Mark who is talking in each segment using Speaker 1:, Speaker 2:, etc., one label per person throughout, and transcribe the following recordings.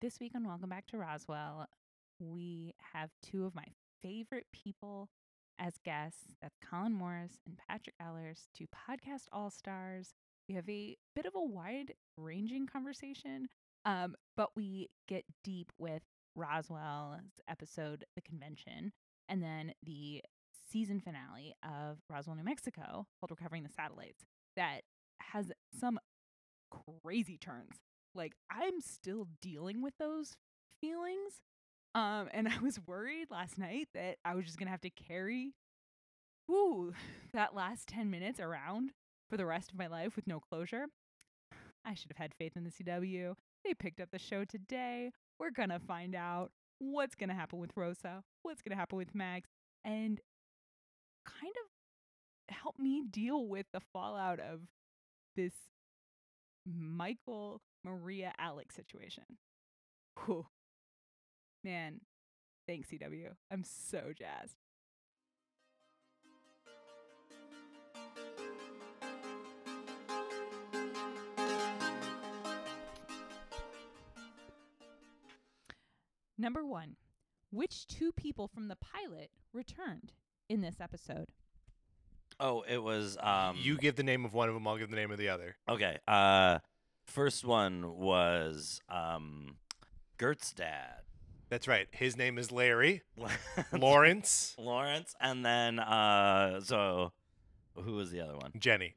Speaker 1: This week on Welcome Back to Roswell, we have two of my favorite people as guests. That's Colin Morris and Patrick Ellers, two podcast all stars. We have a bit of a wide ranging conversation, um, but we get deep with Roswell's episode, The Convention, and then the season finale of Roswell, New Mexico, called Recovering the Satellites, that has some crazy turns. Like, I'm still dealing with those feelings. Um, and I was worried last night that I was just gonna have to carry whoo that last 10 minutes around for the rest of my life with no closure. I should have had faith in the CW. They picked up the show today. We're gonna find out what's gonna happen with Rosa, what's gonna happen with Max, and kind of help me deal with the fallout of this Michael Maria Alex situation. Whew. Man, thanks, CW. I'm so jazzed. Number one, which two people from the pilot returned in this episode?
Speaker 2: Oh, it was um
Speaker 3: you give the name of one of them. I'll give the name of the other.
Speaker 2: okay. Uh first one was um Gert's dad.
Speaker 3: That's right. His name is Larry Lawrence
Speaker 2: Lawrence and then uh so who was the other one?
Speaker 3: Jenny.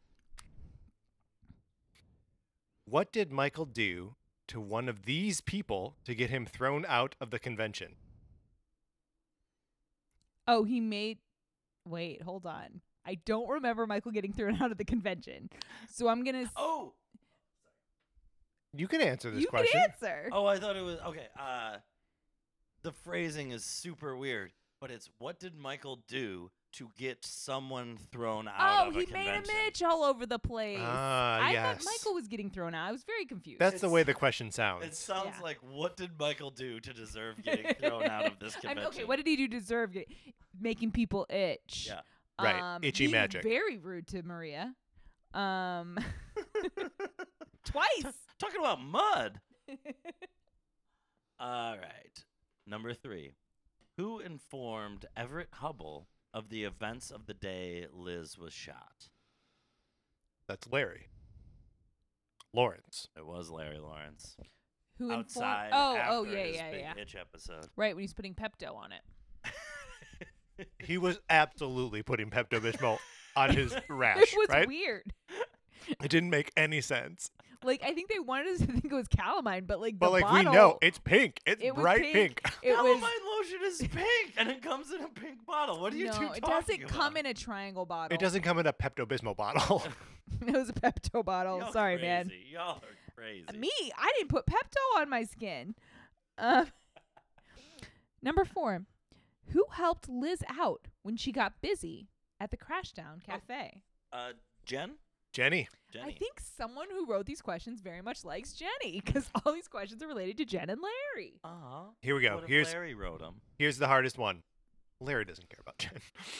Speaker 3: what did Michael do to one of these people to get him thrown out of the convention?
Speaker 1: Oh, he made. Wait, hold on. I don't remember Michael getting thrown out of the convention. So I'm going to.
Speaker 2: Oh.
Speaker 3: You can answer this
Speaker 1: you
Speaker 3: question.
Speaker 1: can answer.
Speaker 2: Oh, I thought it was okay. Uh the phrasing is super weird, but it's what did Michael do to get someone thrown out
Speaker 1: Oh,
Speaker 2: of
Speaker 1: he
Speaker 2: a convention?
Speaker 1: made a Mitch all over the place.
Speaker 3: Ah,
Speaker 1: I thought
Speaker 3: yes.
Speaker 1: Michael was getting thrown out. I was very confused.
Speaker 3: That's the
Speaker 2: It's-
Speaker 3: way the question sounds.
Speaker 2: It sounds
Speaker 1: Yeah.
Speaker 2: like what did Michael do to deserve getting thrown out of this
Speaker 1: I
Speaker 2: convention?
Speaker 1: mean, okay, what did he do to deserve it? making people itch?
Speaker 2: Yeah.
Speaker 3: Right,
Speaker 1: Um,
Speaker 3: itchy
Speaker 1: he was
Speaker 3: magic.
Speaker 1: Very rude to Maria. Um, twice.
Speaker 2: Talking about mud. All right. Number three. Who informed Everett Hubble of the events of the day Liz was shot?
Speaker 3: That's Larry Lawrence.
Speaker 2: It was Larry Lawrence.
Speaker 1: Who informed-
Speaker 2: Outside.
Speaker 1: Oh,
Speaker 2: after
Speaker 1: oh, yeah,
Speaker 2: his
Speaker 1: yeah,
Speaker 2: big
Speaker 1: yeah.
Speaker 2: Itch episode.
Speaker 1: Right when he's putting Pepto on it.
Speaker 3: He was absolutely putting Pepto Bismol on his rash.
Speaker 1: it was
Speaker 3: right?
Speaker 1: weird.
Speaker 3: It didn't make any sense.
Speaker 1: Like I think they wanted us to think it was calamine, but like
Speaker 3: But
Speaker 1: the
Speaker 3: like
Speaker 1: bottle,
Speaker 3: we know, it's pink. It's
Speaker 1: it was
Speaker 3: bright
Speaker 1: pink. It
Speaker 2: Calamine
Speaker 1: was.
Speaker 2: lotion is pink, and it comes in a pink bottle. What are you two
Speaker 1: No,
Speaker 2: talking
Speaker 1: it doesn't
Speaker 2: about?
Speaker 1: come in a triangle bottle.
Speaker 3: It doesn't come in a Pepto Bismol bottle.
Speaker 1: It was a Pepto bottle.
Speaker 2: Y'all
Speaker 1: Sorry,
Speaker 2: crazy.
Speaker 1: man.
Speaker 2: Y'all are crazy.
Speaker 1: Me, I didn't put Pepto on my skin. Uh, number four, who helped Liz out when she got busy at the Crashdown Cafe?
Speaker 2: Uh, Jen?
Speaker 3: Jenny,
Speaker 2: Jenny.
Speaker 1: I think someone who wrote these questions very much likes Jenny because all these questions are related to Jen and Larry.
Speaker 2: Uh-huh.
Speaker 3: Here we go.
Speaker 2: What if
Speaker 3: Here's-
Speaker 2: Larry wrote them.
Speaker 3: here's the hardest one. Larry doesn't care about Jen.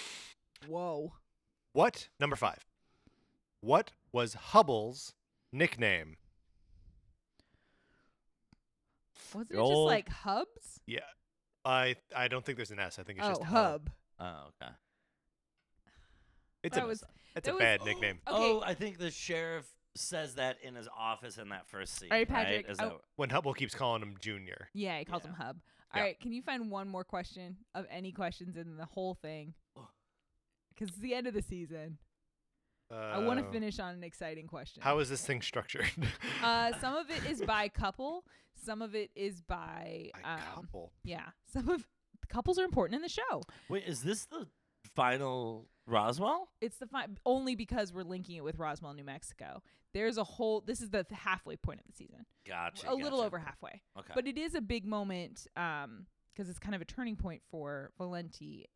Speaker 1: Whoa.
Speaker 3: What? Number five. What was Hubble's nickname?
Speaker 1: Wasn't it just
Speaker 2: Old-
Speaker 1: like hubs?
Speaker 3: Yeah. I I don't think there's an S. I think it's
Speaker 1: Oh,
Speaker 3: just
Speaker 1: hub.
Speaker 2: Oh, okay.
Speaker 3: It's
Speaker 1: That
Speaker 3: a,
Speaker 1: was-
Speaker 3: it's
Speaker 1: that
Speaker 3: a
Speaker 1: was-
Speaker 3: bad nickname.
Speaker 2: Oh,
Speaker 1: Okay.
Speaker 2: I think the sheriff says that in his office in that first scene.
Speaker 1: All right, Patrick, Oh,
Speaker 2: Right? Is
Speaker 1: I-
Speaker 2: that-
Speaker 3: When Hubble keeps calling him Junior.
Speaker 1: Yeah, he calls
Speaker 2: Yeah.
Speaker 1: him hub. All right,
Speaker 3: Yeah.
Speaker 1: can you find one more question of any questions in the whole thing?
Speaker 2: Oh.
Speaker 1: Because it's the end of the season.
Speaker 3: Uh,
Speaker 1: I want to finish on an exciting question.
Speaker 3: How is this thing structured?
Speaker 1: uh, some of it is by couple. Some of it is by,
Speaker 3: By
Speaker 1: um,
Speaker 3: couple.
Speaker 1: yeah. Some of couples are important in the show.
Speaker 2: Wait, is this the final Roswell?
Speaker 1: It's the fi- only because we're linking it with Roswell, New Mexico. There's a whole. This is the halfway point of the season.
Speaker 3: Oh,
Speaker 2: Gotcha.
Speaker 1: a little
Speaker 2: gotcha.
Speaker 1: over halfway.
Speaker 2: Okay.
Speaker 1: But it is a big moment um because it's kind of a turning point for Valenti.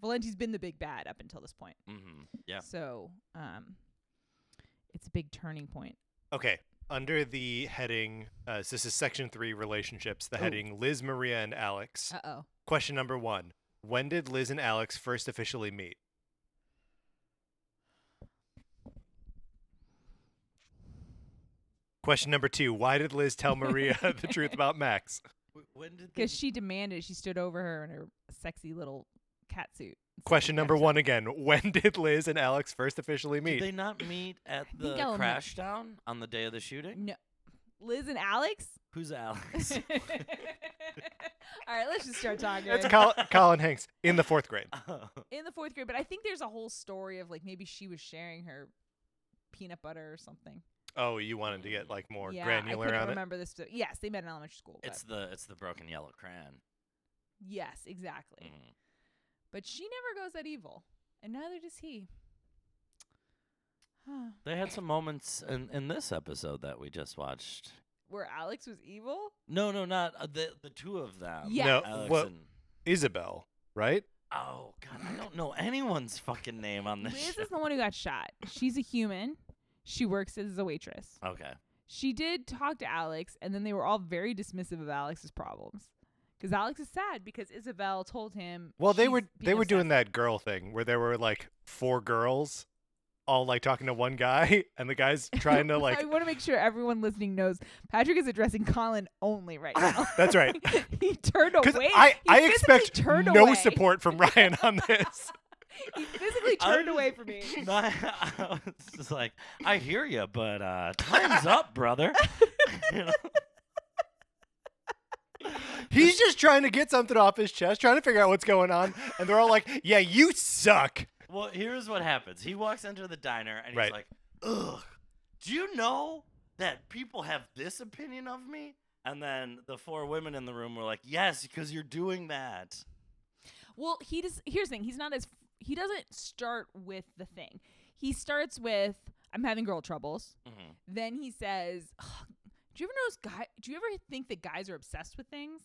Speaker 1: Valenti's been the big bad up until this point.
Speaker 2: hmm Yeah.
Speaker 1: So, um it's a big turning point.
Speaker 3: Okay. Under the heading, uh, so this is section three relationships, the
Speaker 1: Ooh.
Speaker 3: heading Liz, Maria, and Alex.
Speaker 1: Uh-oh.
Speaker 3: Question number one When did Liz and Alex first officially meet? Question number two Why did Liz tell Maria the truth about Max?
Speaker 2: Wh- When did they
Speaker 1: Because she demanded, she stood over her in her sexy little cat suit. and said,
Speaker 3: Question number
Speaker 1: "Gotcha."
Speaker 3: one again When did Liz and Alex first officially
Speaker 2: Did
Speaker 3: meet?
Speaker 2: they not meet at
Speaker 1: think
Speaker 2: the
Speaker 1: I'll admit-
Speaker 2: crash down on the day of the shooting?
Speaker 1: No. Liz and Alex?
Speaker 2: Who's
Speaker 1: All
Speaker 2: Alex?
Speaker 1: right, let's just start talking.
Speaker 3: It's Col- Colin Hanks in the fourth grade.
Speaker 2: Oh,
Speaker 1: in the fourth grade, but I think there's a whole story of like maybe she was sharing her peanut butter or something.
Speaker 3: Oh, you wanted to get like more
Speaker 1: yeah, I
Speaker 3: granular
Speaker 1: couldn't
Speaker 3: on it.
Speaker 1: remember this. sp- Yes, they met in elementary school.
Speaker 2: it's
Speaker 1: But
Speaker 2: the it's the broken yellow crayon.
Speaker 1: yes, exactly.
Speaker 2: Mm.
Speaker 1: But she never goes that evil, and neither does he. Huh.
Speaker 2: They had some moments in in this episode that we just watched.
Speaker 1: Where Alex was evil?
Speaker 2: No, no, not uh, the the two of them.
Speaker 1: Yeah.
Speaker 3: No,
Speaker 2: Alex
Speaker 3: what-
Speaker 2: and-
Speaker 3: Isabel, right?
Speaker 2: oh God, I don't know anyone's fucking name on this.
Speaker 1: Liz
Speaker 2: show.
Speaker 1: is the one who got shot. She's a human. She works as a waitress.
Speaker 2: Okay.
Speaker 1: She did talk to Alex, and then they were all very dismissive of Alex's problems. Because Alex is sad because Isabel told him.
Speaker 3: Well, they
Speaker 1: she's
Speaker 3: were they
Speaker 1: being
Speaker 3: were doing
Speaker 1: obsessed
Speaker 3: that girl thing where there were like four girls all like talking to one guy and the guy's trying to
Speaker 1: I
Speaker 3: like
Speaker 1: want to make sure everyone listening knows Patrick is addressing Colin only right now.
Speaker 3: That's right.
Speaker 1: he turned
Speaker 3: Cuz
Speaker 1: away.
Speaker 3: I
Speaker 1: He
Speaker 3: I
Speaker 1: physically
Speaker 3: expect
Speaker 1: turned
Speaker 3: no
Speaker 1: away.
Speaker 3: support from Ryan on this.
Speaker 1: He physically
Speaker 2: I
Speaker 1: turned
Speaker 2: was-
Speaker 1: away from me.
Speaker 2: No, I, I was just like, I hear you, but uh, time's up, brother. You know?
Speaker 3: He's just trying to get something off his chest, trying to figure out what's going on, and they're all like, "Yeah, you suck."
Speaker 2: Well, here's what happens. He walks into the diner and
Speaker 3: Right.
Speaker 2: he's like, "Ugh, do you know that people have this opinion of me?" And then the four women in the room were like, "Yes, because you're doing that."
Speaker 1: Well, he just here's the thing. He's not as he doesn't start with the thing. He starts with I'm having girl troubles.
Speaker 2: Mhm.
Speaker 1: Then he says, "Ugh, "Do you ever notice guy? Do you ever think that guys are obsessed with things?"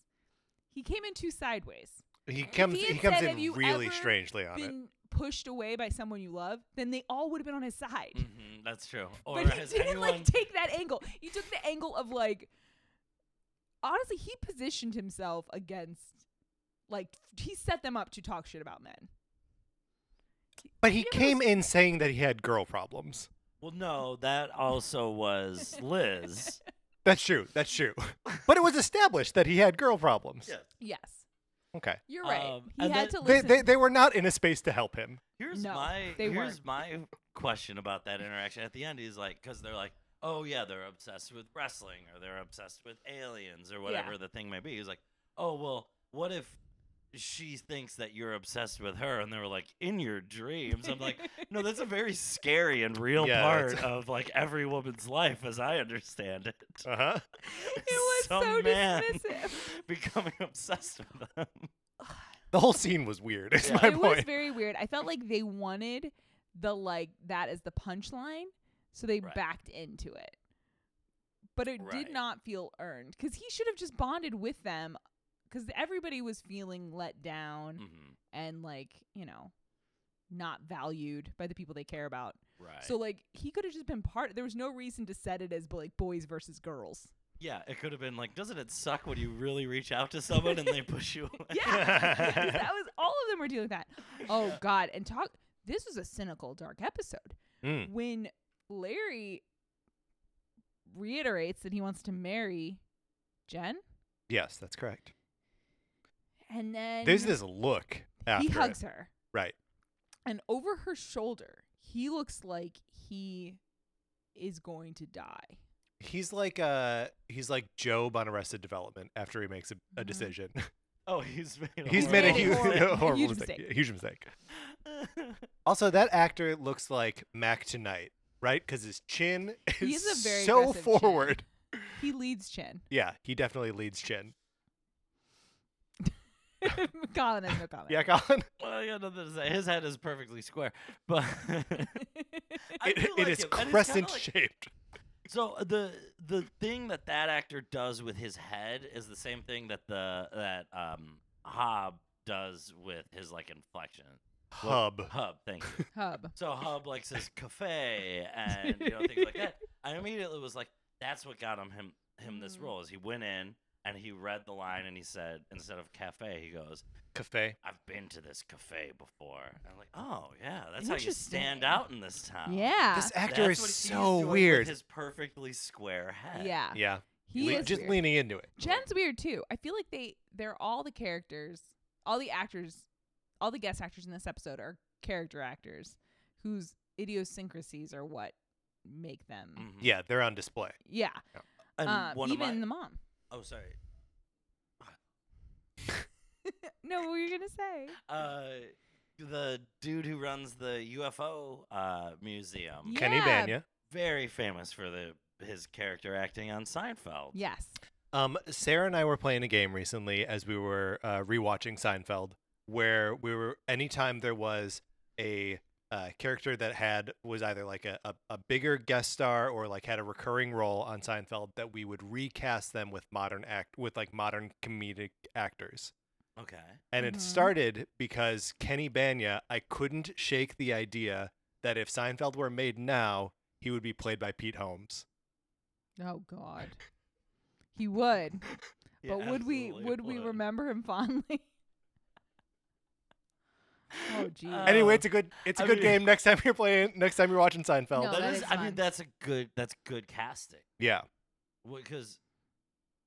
Speaker 1: He came in two sideways.
Speaker 3: He comes
Speaker 1: he
Speaker 3: he
Speaker 1: had
Speaker 3: comes
Speaker 1: said, "Have
Speaker 3: in
Speaker 1: you
Speaker 3: really
Speaker 1: ever
Speaker 3: strangely on it.
Speaker 1: Been pushed away by someone you love, then they all would have been on his side.
Speaker 2: Mhm, that's true. Or
Speaker 1: but he
Speaker 2: has
Speaker 1: didn't
Speaker 2: anyone?
Speaker 1: like take that angle. He took the angle of like honestly, he positioned himself against like he set them up to talk shit about men.
Speaker 3: But he
Speaker 1: you ever
Speaker 3: came in saying that he had girl problems.
Speaker 2: well, no, that also was Liz.
Speaker 3: That's true. That's true. But it was established that he had girl problems.
Speaker 2: Yeah.
Speaker 1: Yes,
Speaker 3: Okay.
Speaker 1: you're right.
Speaker 2: Um,
Speaker 1: he
Speaker 2: and
Speaker 1: had
Speaker 2: then-
Speaker 1: to
Speaker 3: They,
Speaker 1: listen.
Speaker 3: they they were not in a space to help him.
Speaker 2: Here's
Speaker 1: No,
Speaker 2: my
Speaker 1: they
Speaker 2: here's
Speaker 1: weren't.
Speaker 2: my question about that interaction at the end. He's like, because they're like, oh yeah, they're obsessed with wrestling or they're obsessed with aliens or whatever the thing may be. He's like, oh well, what if she thinks that you're obsessed with her? And they were like, in your dreams. I'm like, no, that's a very scary and real
Speaker 3: Yeah,
Speaker 2: part
Speaker 3: it's-
Speaker 2: of like every woman's life, as I understand it.
Speaker 3: Uh huh.
Speaker 1: it was
Speaker 2: Some
Speaker 1: so
Speaker 2: man
Speaker 1: dismissive.
Speaker 2: becoming obsessed with them.
Speaker 3: The whole scene was weird. Is
Speaker 2: Yeah.
Speaker 3: my
Speaker 1: it was
Speaker 3: point.
Speaker 1: very weird. I felt like they wanted the like that as the punchline, so they
Speaker 2: Right.
Speaker 1: backed into it. But it
Speaker 2: Right.
Speaker 1: did not feel earned because he should have just bonded with them because everybody was feeling let down
Speaker 2: hmm
Speaker 1: and like you know not valued by the people they care about.
Speaker 2: Right.
Speaker 1: So like he could have just been part. There was no reason to set it as like boys versus girls.
Speaker 2: Yeah, it could have been like, doesn't it suck when you really reach out to someone and they push you away?
Speaker 1: Yeah, 'Cause that was all of them were dealing with that. Oh God, and talk. This was a cynical, dark episode.
Speaker 3: Mm.
Speaker 1: when Larry reiterates that he wants to marry Jen,
Speaker 3: Yes, that's correct.
Speaker 1: and then
Speaker 3: There's this look after
Speaker 1: he
Speaker 3: it.
Speaker 1: hugs her,
Speaker 3: Right.
Speaker 1: and over her shoulder, he looks like he is going to die.
Speaker 3: He's like uh he's like Job on Arrested Development after he makes a, a
Speaker 1: Mhm.
Speaker 3: decision.
Speaker 2: Oh, he's made a
Speaker 3: he's
Speaker 1: Horrible
Speaker 3: made
Speaker 1: mistake.
Speaker 3: a huge,
Speaker 1: Horrible-
Speaker 3: horrible
Speaker 1: huge
Speaker 3: mistake.
Speaker 1: mistake.
Speaker 3: Yeah, huge mistake. Also, that actor looks like Mac tonight, right? Because his chin is
Speaker 1: He has a very
Speaker 3: so
Speaker 1: aggressive chin.
Speaker 3: forward.
Speaker 1: He leads Chen.
Speaker 3: Yeah, he definitely leads chin.
Speaker 1: Colin has no comment.
Speaker 3: Yeah, Colin.
Speaker 2: well, I got nothing to say. His head is perfectly square, but I do
Speaker 3: It,
Speaker 2: like
Speaker 3: it is
Speaker 2: him, and it's kinda
Speaker 3: crescent
Speaker 2: like-
Speaker 3: shaped.
Speaker 2: so uh, the the thing that that actor does with his head is the same thing that the that um Hob does with his like inflection. Well,
Speaker 3: Hub.
Speaker 2: Hub, thank you.
Speaker 1: Hub.
Speaker 2: So Hub like says cafe and you know things like that. I immediately was like, that's what got him him him this
Speaker 1: Mm.
Speaker 2: role is he went in and he read the line and he said instead of cafe he goes
Speaker 3: cafe.
Speaker 2: I've been to this cafe before. And I'm like, oh yeah, that's how you
Speaker 1: Interesting.
Speaker 2: stand out in this town.
Speaker 1: Yeah.
Speaker 3: This actor
Speaker 2: That's
Speaker 3: is
Speaker 2: what he's
Speaker 3: so
Speaker 2: doing with
Speaker 3: weird.
Speaker 2: his perfectly square head.
Speaker 1: yeah.
Speaker 3: yeah,
Speaker 1: He
Speaker 3: Le-
Speaker 1: is
Speaker 3: just
Speaker 1: weird.
Speaker 3: leaning into it.
Speaker 1: Jen's weird too. I feel like they they're all the characters, all the actors, all the guest actors in this episode are character actors whose idiosyncrasies are what make them.
Speaker 2: Mhm.
Speaker 3: Yeah, they're on display.
Speaker 1: Yeah.
Speaker 2: And
Speaker 1: um,
Speaker 2: one
Speaker 1: even
Speaker 2: of my.
Speaker 1: the mom.
Speaker 2: oh, sorry.
Speaker 1: No, what were you gonna say?
Speaker 2: Uh, the dude who runs the UFO uh, museum,
Speaker 1: Yeah.
Speaker 3: Kenny Banya.
Speaker 2: very famous for the his character acting on Seinfeld.
Speaker 1: Yes.
Speaker 3: Um, Sarah and I were playing a game recently as we were uh, rewatching Seinfeld, where we were anytime there was a uh, character that had was either like a, a, a bigger guest star or like had a recurring role on Seinfeld that we would recast them with modern act with like modern comedic actors.
Speaker 2: Okay.
Speaker 3: And
Speaker 1: Mhm.
Speaker 3: it started because Kenny Banya, I couldn't shake the idea that if Seinfeld were made now, he would be played by Pete Holmes.
Speaker 1: Oh God. He would.
Speaker 2: Yeah,
Speaker 1: but would we
Speaker 2: absolutely
Speaker 1: would we
Speaker 2: would.
Speaker 1: remember him fondly? Oh, geez.
Speaker 2: Uh,
Speaker 3: anyway, it's a good it's a
Speaker 2: I
Speaker 3: good
Speaker 2: mean-
Speaker 3: game. Next time you're playing, next time you're watching Seinfeld.
Speaker 1: No, that
Speaker 2: that is,
Speaker 1: is
Speaker 2: I
Speaker 1: fun.
Speaker 2: mean, that's a good. That's good casting.
Speaker 3: Yeah.
Speaker 2: Because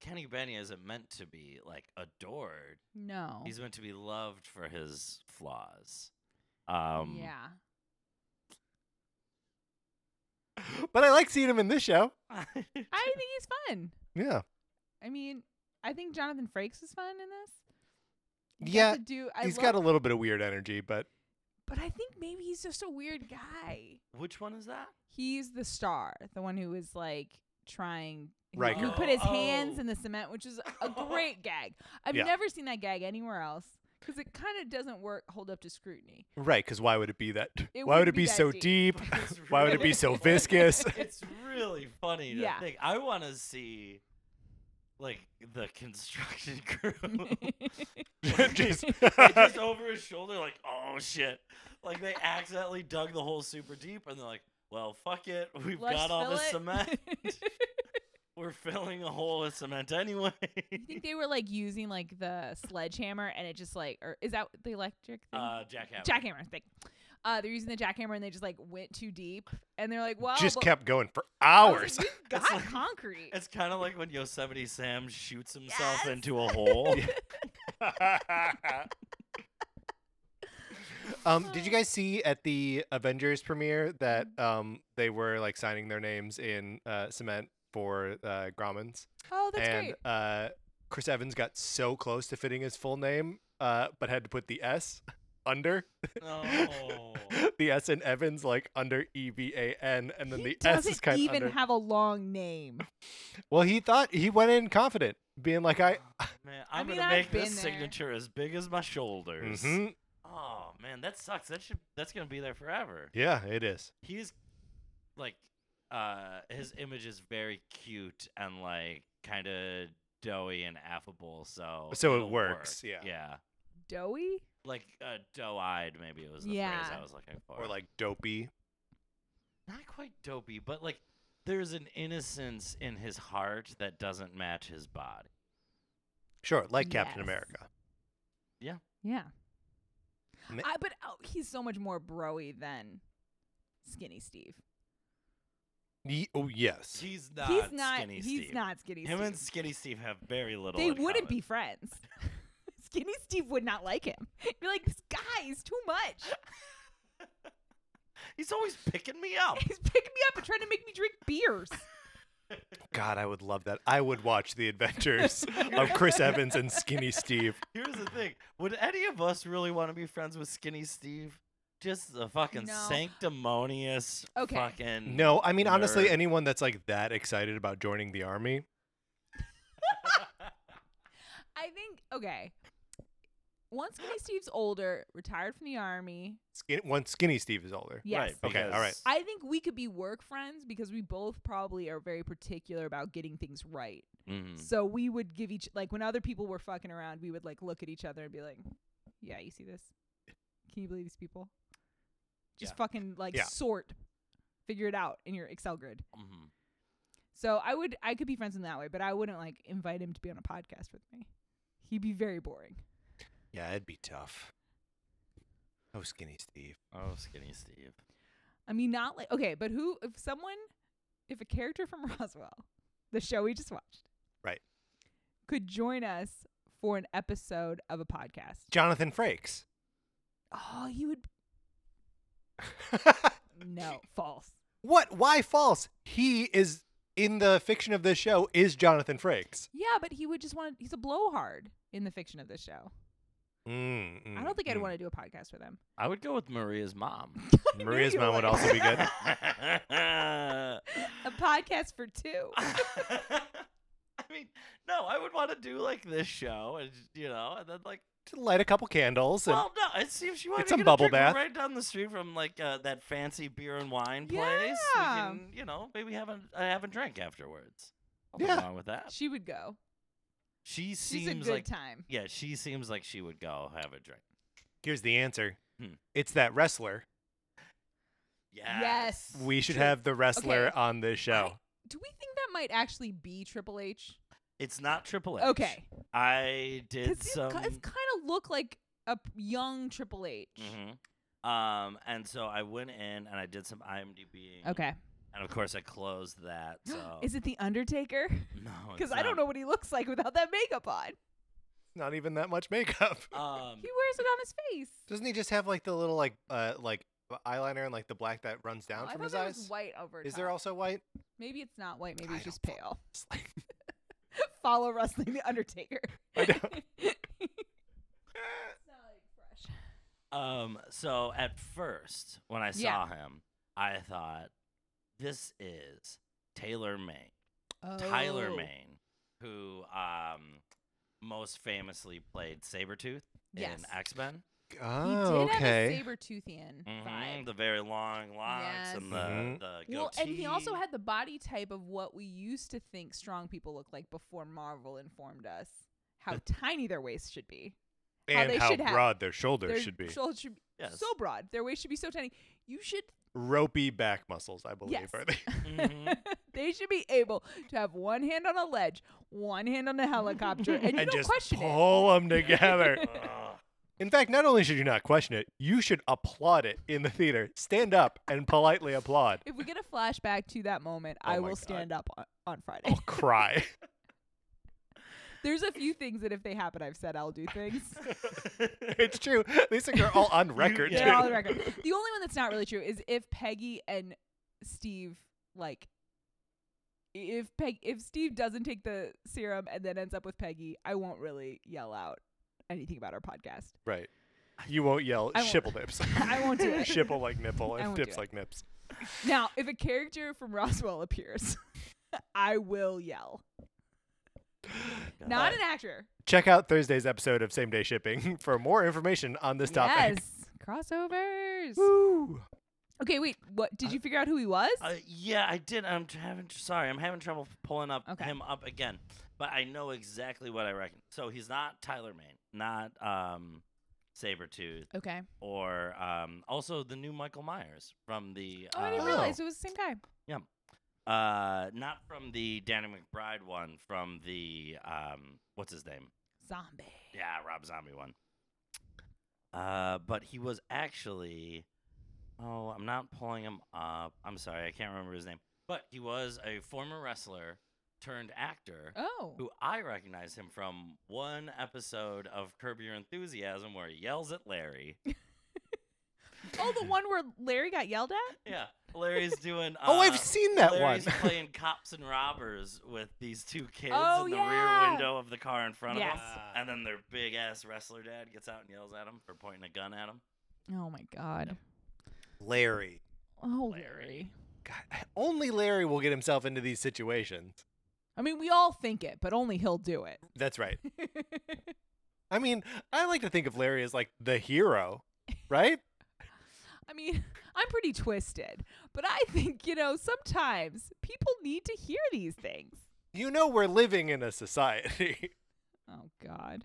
Speaker 2: Kenny Benya isn't meant to be like adored.
Speaker 1: no.
Speaker 2: He's meant to be loved for his flaws. Um,
Speaker 1: yeah.
Speaker 3: But I like seeing him in this show.
Speaker 2: yeah.
Speaker 1: I think he's fun.
Speaker 3: Yeah.
Speaker 1: I mean, I think Jonathan Frakes was fun in this. He got
Speaker 3: Yeah,
Speaker 1: to do. I
Speaker 3: he's
Speaker 1: love,
Speaker 3: got a little bit of weird energy, but
Speaker 1: but I think maybe he's just a weird guy.
Speaker 2: Which one is that?
Speaker 1: He's the star, the one who is like trying. who-
Speaker 3: Riker.
Speaker 1: Who put his hands
Speaker 2: Oh.
Speaker 1: in the cement, which is a great gag. I've
Speaker 3: Yeah.
Speaker 1: never seen that gag anywhere else because it kind of doesn't work hold up to scrutiny.
Speaker 3: right, because why would it be that?
Speaker 1: It
Speaker 3: why would
Speaker 1: wouldn't
Speaker 3: it
Speaker 1: be
Speaker 3: be,
Speaker 1: that
Speaker 3: so
Speaker 1: deep.
Speaker 3: deep?
Speaker 2: It's
Speaker 3: why would it be
Speaker 2: really
Speaker 3: so
Speaker 2: funny.
Speaker 3: viscous?
Speaker 2: It's really funny to
Speaker 1: Yeah.
Speaker 2: think. I want to see like the construction crew. Like,
Speaker 3: Just-
Speaker 2: like, just over his shoulder, like, oh shit. Like they accidentally dug the hole super deep and they're like, well, fuck it. We've
Speaker 1: Let's
Speaker 2: got all
Speaker 1: fill
Speaker 2: this
Speaker 1: it.
Speaker 2: cement. We're filling a hole with cement anyway.
Speaker 1: I think they were like using like the sledgehammer, and it just like, or is that the electric thing?
Speaker 2: uh, jackhammer.
Speaker 1: jackhammer thing. Uh, they're using the jackhammer and they just like went too deep and they're like, well,
Speaker 3: Just
Speaker 1: oh, but-
Speaker 3: kept going for
Speaker 1: I was
Speaker 3: hours.
Speaker 1: like, "We've
Speaker 2: It's
Speaker 1: got
Speaker 2: like-
Speaker 1: concrete.
Speaker 2: It's kind of like when Yosemite Sam shoots himself
Speaker 1: Yes.
Speaker 2: into a hole.
Speaker 3: um, did you guys see at the Avengers premiere that
Speaker 1: Mm-hmm.
Speaker 3: um, they were like signing their names in uh, cement for uh, Grauman's?
Speaker 1: oh, that's
Speaker 3: and
Speaker 1: great.
Speaker 3: uh, Chris Evans got so close to fitting his full name, uh, but had to put the S under
Speaker 2: No.
Speaker 3: the S in Evans, like under E V A N, and then
Speaker 1: he
Speaker 3: the S
Speaker 1: doesn't
Speaker 3: is kind of
Speaker 1: even
Speaker 3: under.
Speaker 1: have a long name.
Speaker 3: well, he thought he went in confident, being like, "I."
Speaker 2: Man,
Speaker 1: I
Speaker 2: I'm
Speaker 1: mean,
Speaker 2: gonna
Speaker 1: I've
Speaker 2: make this
Speaker 1: been there.
Speaker 2: signature as big as my shoulders.
Speaker 3: Mhm.
Speaker 2: Oh man, that sucks. That should that's gonna be there forever.
Speaker 3: Yeah, it is.
Speaker 2: He's like, uh, his image is very cute and like kind of doughy and affable. So
Speaker 3: So it
Speaker 2: it'll
Speaker 3: works,
Speaker 2: work.
Speaker 3: yeah.
Speaker 2: yeah,
Speaker 1: Doughy?
Speaker 2: like uh, doe-eyed maybe was the phrase
Speaker 1: Yeah.
Speaker 2: I was looking for.
Speaker 3: Or like dopey.
Speaker 2: not quite dopey, but like there's an innocence in his heart that doesn't match his body.
Speaker 3: Sure, like Captain
Speaker 1: Yes.
Speaker 3: America.
Speaker 1: Yeah.
Speaker 3: Ma-
Speaker 1: I, but oh, he's so much more broy than Skinny Steve.
Speaker 3: Ye- oh yes.
Speaker 2: He's not.
Speaker 1: he's not.
Speaker 2: Skinny
Speaker 1: he's
Speaker 2: Steve.
Speaker 1: not Skinny
Speaker 2: Him
Speaker 1: Steve.
Speaker 2: and Skinny Steve have very little.
Speaker 1: they
Speaker 2: in
Speaker 1: wouldn't
Speaker 2: common.
Speaker 1: be friends. Skinny Steve would not like him. He'd be like, this guy is too much.
Speaker 2: He's always picking me up.
Speaker 1: He's picking me up and trying to make me drink beers.
Speaker 3: God, I would love that. I would watch the adventures of Chris Evans and Skinny Steve.
Speaker 2: Here's the thing: Would any of us really want to be friends with Skinny Steve? Just a fucking
Speaker 1: No.
Speaker 2: sanctimonious
Speaker 1: Okay.
Speaker 2: fucking.
Speaker 3: No, I mean honestly,
Speaker 2: nerd.
Speaker 3: anyone that's like that excited about joining the army,
Speaker 1: I think okay. Once Skinny Steve's older, retired from the army,
Speaker 3: skin- once Skinny Steve is older.
Speaker 1: yes.
Speaker 2: Right,
Speaker 3: Okay, all right.
Speaker 2: because-
Speaker 1: I think we could be work friends because we both probably are very particular about getting things right.
Speaker 2: Mhm.
Speaker 1: So we would give each like when other people were fucking around, we would like look at each other and be like, "Yeah, you see this? Can you believe these people? Just
Speaker 2: Yeah.
Speaker 1: fucking like
Speaker 3: Yeah.
Speaker 1: sort, figure it out in your Excel grid."
Speaker 2: Mhm.
Speaker 1: So I would I could be friends in that way, but I wouldn't like invite him to be on a podcast with me. He'd be very boring.
Speaker 3: Yeah, it'd be tough. Oh, skinny Steve.
Speaker 2: Oh, Skinny Steve.
Speaker 1: I mean, not like okay, but who if someone if a character from Roswell, the show we just watched,
Speaker 3: Right.
Speaker 1: could join us for an episode of a podcast?
Speaker 3: Jonathan Frakes.
Speaker 1: Oh, he would no false.
Speaker 3: what? Why false? He is in the fiction of this show is Jonathan Frakes.
Speaker 1: Yeah, but he would just want. He's a blowhard in the fiction of this show.
Speaker 3: Mm,
Speaker 1: I don't think I'd
Speaker 2: Mm-hmm.
Speaker 3: mm,
Speaker 1: want to do a podcast with him.
Speaker 2: I would go with Maria's mom.
Speaker 3: mm. Maria's
Speaker 1: you
Speaker 3: mom would
Speaker 1: would.
Speaker 3: also be good.
Speaker 2: I
Speaker 1: A podcast for two.
Speaker 2: mean, no, I would want to do like this show, and you know, and then like,
Speaker 3: to light a couple candles and
Speaker 2: well, no, it seems she wanted
Speaker 3: It's
Speaker 2: to
Speaker 3: a
Speaker 2: get
Speaker 3: bubble
Speaker 2: drink
Speaker 3: bath.
Speaker 2: right down the street from like uh, that fancy beer and wine place. We
Speaker 1: Yeah.
Speaker 2: can, you know, maybe have a uh, have a drink afterwards. Nothing
Speaker 3: Yeah.
Speaker 2: wrong with that.
Speaker 1: She would go.
Speaker 2: She
Speaker 1: She's
Speaker 2: seems
Speaker 1: a good
Speaker 2: like
Speaker 1: time.
Speaker 2: yeah, she seems like she would go have a drink.
Speaker 3: here's the answer.
Speaker 2: Hmm.
Speaker 3: It's that wrestler.
Speaker 2: Yes.
Speaker 3: We should
Speaker 2: True.
Speaker 3: have the wrestler
Speaker 1: Okay.
Speaker 3: on this show.
Speaker 1: Do we think that might actually be Triple H?
Speaker 2: It's not Triple H.
Speaker 1: Okay,
Speaker 2: I did
Speaker 1: because
Speaker 2: some.
Speaker 1: it kind of looked like a p- young Triple H.
Speaker 2: Mhm. Um, and so I went in and I did some IMDb.
Speaker 1: Okay,
Speaker 2: And of course I closed that. So
Speaker 1: is it the Undertaker?
Speaker 2: no?
Speaker 1: Because I don't know what he looks like without that makeup on.
Speaker 3: Not even that much makeup.
Speaker 2: know. Um,
Speaker 1: He wears it on his face.
Speaker 3: Doesn't he just have like the little like uh like eyeliner and like the black that runs
Speaker 1: Oh,
Speaker 3: down
Speaker 1: I
Speaker 3: from
Speaker 1: thought
Speaker 3: his
Speaker 1: there
Speaker 3: eyes?
Speaker 1: was white over.
Speaker 3: Is there
Speaker 1: top.
Speaker 3: also white?
Speaker 1: Maybe it's not white. Maybe
Speaker 3: I
Speaker 1: it's just
Speaker 3: don't
Speaker 1: pale.
Speaker 3: It's like-
Speaker 1: Follow wrestling the Undertaker.
Speaker 3: I know.
Speaker 2: um, so at first when I saw
Speaker 1: Yeah.
Speaker 2: him, I thought this is Taylor May,
Speaker 1: Oh.
Speaker 3: Oh.
Speaker 2: Tyler Maine, who um most famously played Sabretooth
Speaker 1: Yes.
Speaker 2: in X Men.
Speaker 1: He
Speaker 3: oh,
Speaker 1: did have a
Speaker 3: okay.
Speaker 1: saber toothian
Speaker 2: Mhm, The very long locks and the,
Speaker 3: Yes.
Speaker 2: the
Speaker 1: Well, and he also
Speaker 2: goatee.
Speaker 1: had the body type of what we used to think strong people look like before Marvel informed us how tiny their waists should be. how
Speaker 3: and
Speaker 1: they
Speaker 3: how
Speaker 1: should have-
Speaker 3: broad their shoulders
Speaker 1: their
Speaker 3: should be.
Speaker 1: shoulders should be
Speaker 2: Yes.
Speaker 1: so broad. Their waist should be so tiny. You should.
Speaker 3: Ropey back muscles, I believe,
Speaker 1: Yes.
Speaker 3: are they?
Speaker 2: Mhm.
Speaker 1: They should be able to have one hand on a ledge, one hand on a helicopter, and you
Speaker 3: and
Speaker 1: don't
Speaker 3: just
Speaker 1: question it.
Speaker 3: pull them together.
Speaker 2: Ugh.
Speaker 3: in fact, not only should you not question it, you should applaud it in the theater. Stand up and politely applaud.
Speaker 1: If we get a flashback to that moment,
Speaker 3: Oh
Speaker 1: I
Speaker 3: my
Speaker 1: will
Speaker 3: God. Oh.
Speaker 1: stand up on, on Friday.
Speaker 3: I'll cry.
Speaker 1: There's a few things that if they happen, I've said I'll do things.
Speaker 3: it's true. These things are all on record.
Speaker 2: yeah.
Speaker 1: They're all
Speaker 3: too.
Speaker 1: on record. The only one that's not really true is if Peggy and Steve like if Peg if Steve doesn't take the serum and then ends up with Peggy, I won't really yell out anything about our podcast.
Speaker 3: Right. You won't yell
Speaker 1: I won't.
Speaker 3: shipple nips.
Speaker 1: I won't do it.
Speaker 3: shipple like nipple
Speaker 1: I
Speaker 3: and
Speaker 1: won't do
Speaker 3: nips
Speaker 1: it.
Speaker 3: like nips.
Speaker 1: Now, if a character from Roswell appears, I will yell. Not an actor.
Speaker 3: Check out Thursday's episode of Same Day Shipping for more information on this topic.
Speaker 1: Yes. Crossovers.
Speaker 3: Woo.
Speaker 1: Okay, wait. What did you figure out who he was?
Speaker 2: Uh, yeah, I did. I'm tr- having tr- sorry. I'm having trouble pulling up
Speaker 1: Okay.
Speaker 2: him up again, but I know exactly what I reckon. So he's not Tyler Maine, not um, Sabretooth,
Speaker 1: okay.
Speaker 2: or um, also the new Michael Myers from the
Speaker 1: Oh, I didn't
Speaker 2: uh,
Speaker 1: realize it was the same guy.
Speaker 2: uh, not from the Danny McBride one, from the um, what's his name?
Speaker 1: Zombie.
Speaker 2: Yeah, Rob Zombie one. Uh, but he was actually. Oh, I'm not pulling him up. I'm sorry, I can't remember his name. But he was a former wrestler turned actor
Speaker 1: Oh.
Speaker 2: who I recognized him from one episode of Curb Your Enthusiasm where he yells at Larry.
Speaker 1: Oh, the one where Larry got yelled at?
Speaker 2: yeah, Larry's doing. Uh,
Speaker 3: oh, I've seen that
Speaker 2: Larry's
Speaker 3: one.
Speaker 2: playing cops and robbers with these two kids
Speaker 1: Oh,
Speaker 2: in the rear
Speaker 1: yeah.
Speaker 2: window of the car in front of
Speaker 1: Yes.
Speaker 2: them. And then their big ass wrestler dad gets out and yells at him for pointing a gun at him.
Speaker 1: Oh my god.
Speaker 3: Larry.
Speaker 1: Oh
Speaker 2: Larry.
Speaker 1: Larry.
Speaker 3: God, only Larry will get himself into these situations.
Speaker 1: I mean, we all think it, but only he'll do it.
Speaker 3: That's right. I mean, I like to think of Larry as like the hero, right?
Speaker 1: I mean, I'm pretty twisted, but I think, you know, sometimes people need to hear these things.
Speaker 3: You know, we're living in a society.
Speaker 1: Oh god.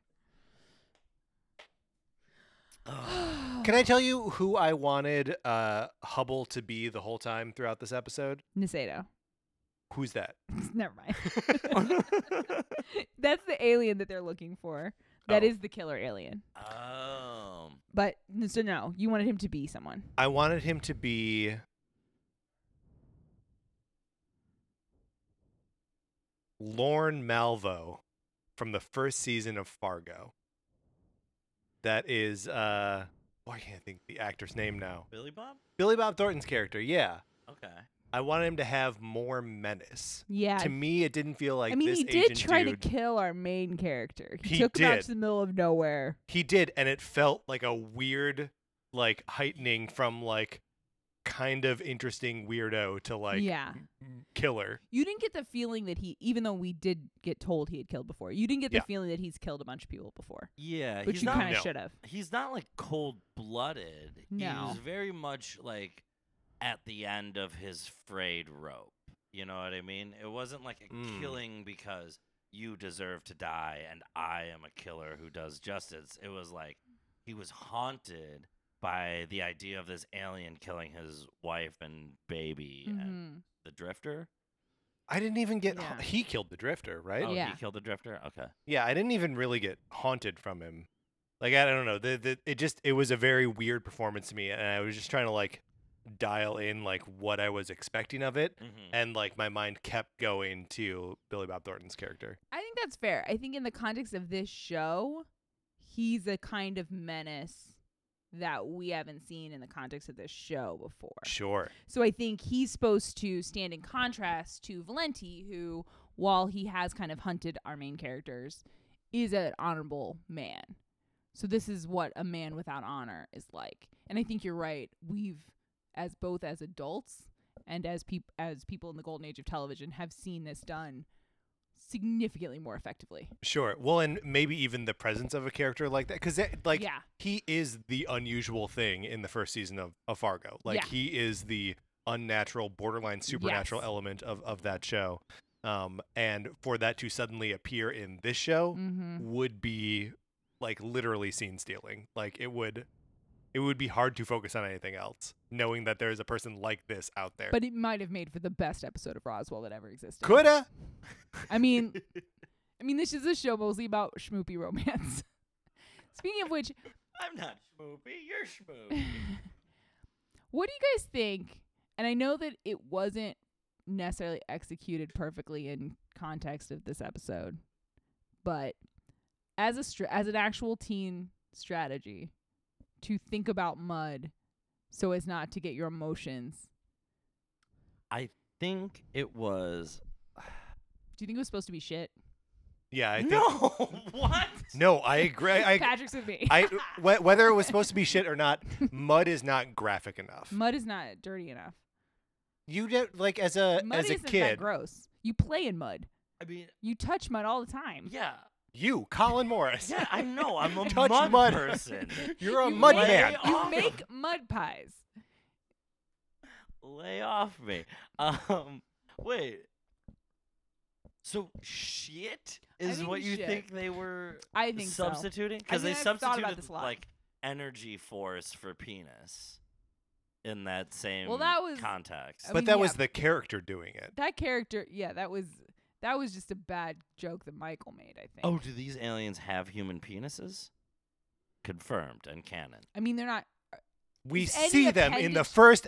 Speaker 3: Can I tell you who I wanted uh, Hubble to be the whole time throughout this episode?
Speaker 1: Niceto.
Speaker 3: Who's that?
Speaker 1: Never mind. That's the alien that they're looking for. That
Speaker 3: Oh.
Speaker 1: is the killer alien.
Speaker 2: Oh.
Speaker 1: But n- so no, you wanted him to be someone.
Speaker 3: I wanted him to be Lorne Malvo from the first season of Fargo. That is uh why can't I think the actor's name now?
Speaker 2: Billy Bob?
Speaker 3: Billy Bob Thornton's character, yeah.
Speaker 2: Okay.
Speaker 3: I wanted him to have more menace.
Speaker 1: Yeah.
Speaker 3: to me, it didn't feel like
Speaker 1: I mean,
Speaker 3: this
Speaker 1: he did
Speaker 3: agent
Speaker 1: try
Speaker 3: dude.
Speaker 1: to kill our main character. He,
Speaker 3: He
Speaker 1: took him out
Speaker 3: did.
Speaker 1: to the middle of nowhere.
Speaker 3: He did, and it felt like a weird, like heightening from like kind of interesting weirdo to like
Speaker 1: yeah.
Speaker 3: killer.
Speaker 1: You didn't get the feeling that he, even though we did get told he had killed before, you didn't get the
Speaker 3: Yeah. Uh,
Speaker 1: feeling that he's killed a bunch of people before,
Speaker 2: Yeah.
Speaker 1: which
Speaker 2: he's
Speaker 1: you
Speaker 2: not
Speaker 1: kind of
Speaker 3: No.
Speaker 1: should have.
Speaker 2: he's not like cold blooded. He
Speaker 1: No.
Speaker 2: was very much like at the end of his frayed rope. You know what I mean? It wasn't like a
Speaker 3: Mm.
Speaker 2: killing because you deserve to die and I am a killer who does justice. It was like he was haunted by the idea of this alien killing his wife and baby and
Speaker 1: Mhm.
Speaker 2: the drifter.
Speaker 3: I didn't even get ha-
Speaker 1: Yeah.
Speaker 3: he killed the drifter, right?
Speaker 2: Oh,
Speaker 1: Yeah.
Speaker 2: he killed the drifter? Okay.
Speaker 3: Yeah, I didn't even really get haunted from him. Like I don't know, the, the it just it was a very weird performance to me, and I was just trying to like dial in like what I was expecting of it,
Speaker 2: Mhm.
Speaker 3: and like my mind kept going to Billy Bob Thornton's character.
Speaker 1: I think that's fair. I think in the context of this show, he's a kind of menace that we haven't seen in the context of this show before.
Speaker 3: Sure.
Speaker 1: So I think he's supposed to stand in contrast to Valenti, who, while he has kind of hunted our main characters, is an honorable man. So this is what a man without honor is like. And I think you're right. We've, as both as adults and as peop- as people in the golden age of television, have seen this done significantly more effectively.
Speaker 3: Sure. Well, and maybe even the presence of a character like that, because like
Speaker 1: yeah,
Speaker 3: he is the unusual thing in the first season of, of Fargo. Like
Speaker 1: Yeah.
Speaker 3: he is the unnatural, borderline supernatural
Speaker 1: Yes.
Speaker 3: element of of that show. Um, and for that to suddenly appear in this show
Speaker 1: mm-hmm.
Speaker 3: would be like literally scene stealing. Like it would, it would be hard to focus on anything else, knowing that there is a person like this out there.
Speaker 1: but it might have made for the best episode of Roswell that ever existed.
Speaker 3: coulda.
Speaker 1: I mean, I mean, this is a show mostly about schmoopy romance. Speaking of which,
Speaker 2: I'm not schmoopy. You're schmoopy.
Speaker 1: what do you guys think? And I know that it wasn't necessarily executed perfectly in context of this episode, but as a str as an actual teen strategy to think about mud so as not to get your emotions.
Speaker 2: I think it was.
Speaker 1: Do you think it was supposed to be shit?
Speaker 3: Yeah, I think.
Speaker 2: no! what?
Speaker 3: No, I agree. I, I,
Speaker 1: Patrick's with me.
Speaker 3: I wh- whether it was supposed to be shit or not, mud is not graphic enough.
Speaker 1: mud is not dirty enough.
Speaker 3: You don't like as a
Speaker 1: mud
Speaker 3: as a
Speaker 1: isn't that
Speaker 3: kid.
Speaker 1: gross. You play in mud.
Speaker 2: I mean,
Speaker 1: You touch mud all the time.
Speaker 2: yeah.
Speaker 3: You, Colin Morris.
Speaker 2: Yeah, I know. I'm a
Speaker 3: Touch
Speaker 2: mud,
Speaker 3: mud.
Speaker 2: person.
Speaker 3: You're a
Speaker 1: You
Speaker 3: mud
Speaker 2: lay
Speaker 3: man.
Speaker 2: off-
Speaker 1: You make mud pies.
Speaker 2: Lay off me. Um, wait. So shit
Speaker 1: I
Speaker 2: is
Speaker 1: think
Speaker 2: what you
Speaker 1: shit.
Speaker 2: think they were
Speaker 1: I think so.
Speaker 2: substituting because they
Speaker 1: think I've thought about
Speaker 2: substituted
Speaker 1: this a lot.
Speaker 2: like energy force for penis in that same
Speaker 1: that was-
Speaker 2: context.
Speaker 1: I
Speaker 3: but
Speaker 1: mean,
Speaker 3: that
Speaker 1: yeah.
Speaker 3: was the character doing it.
Speaker 1: That character, yeah, that was that was just a bad joke that Michael made. I think.
Speaker 2: oh, do these aliens have human penises? Confirmed and canon.
Speaker 1: I mean, they're not.
Speaker 3: We
Speaker 1: Is any
Speaker 3: see them in the
Speaker 1: appendage-
Speaker 3: first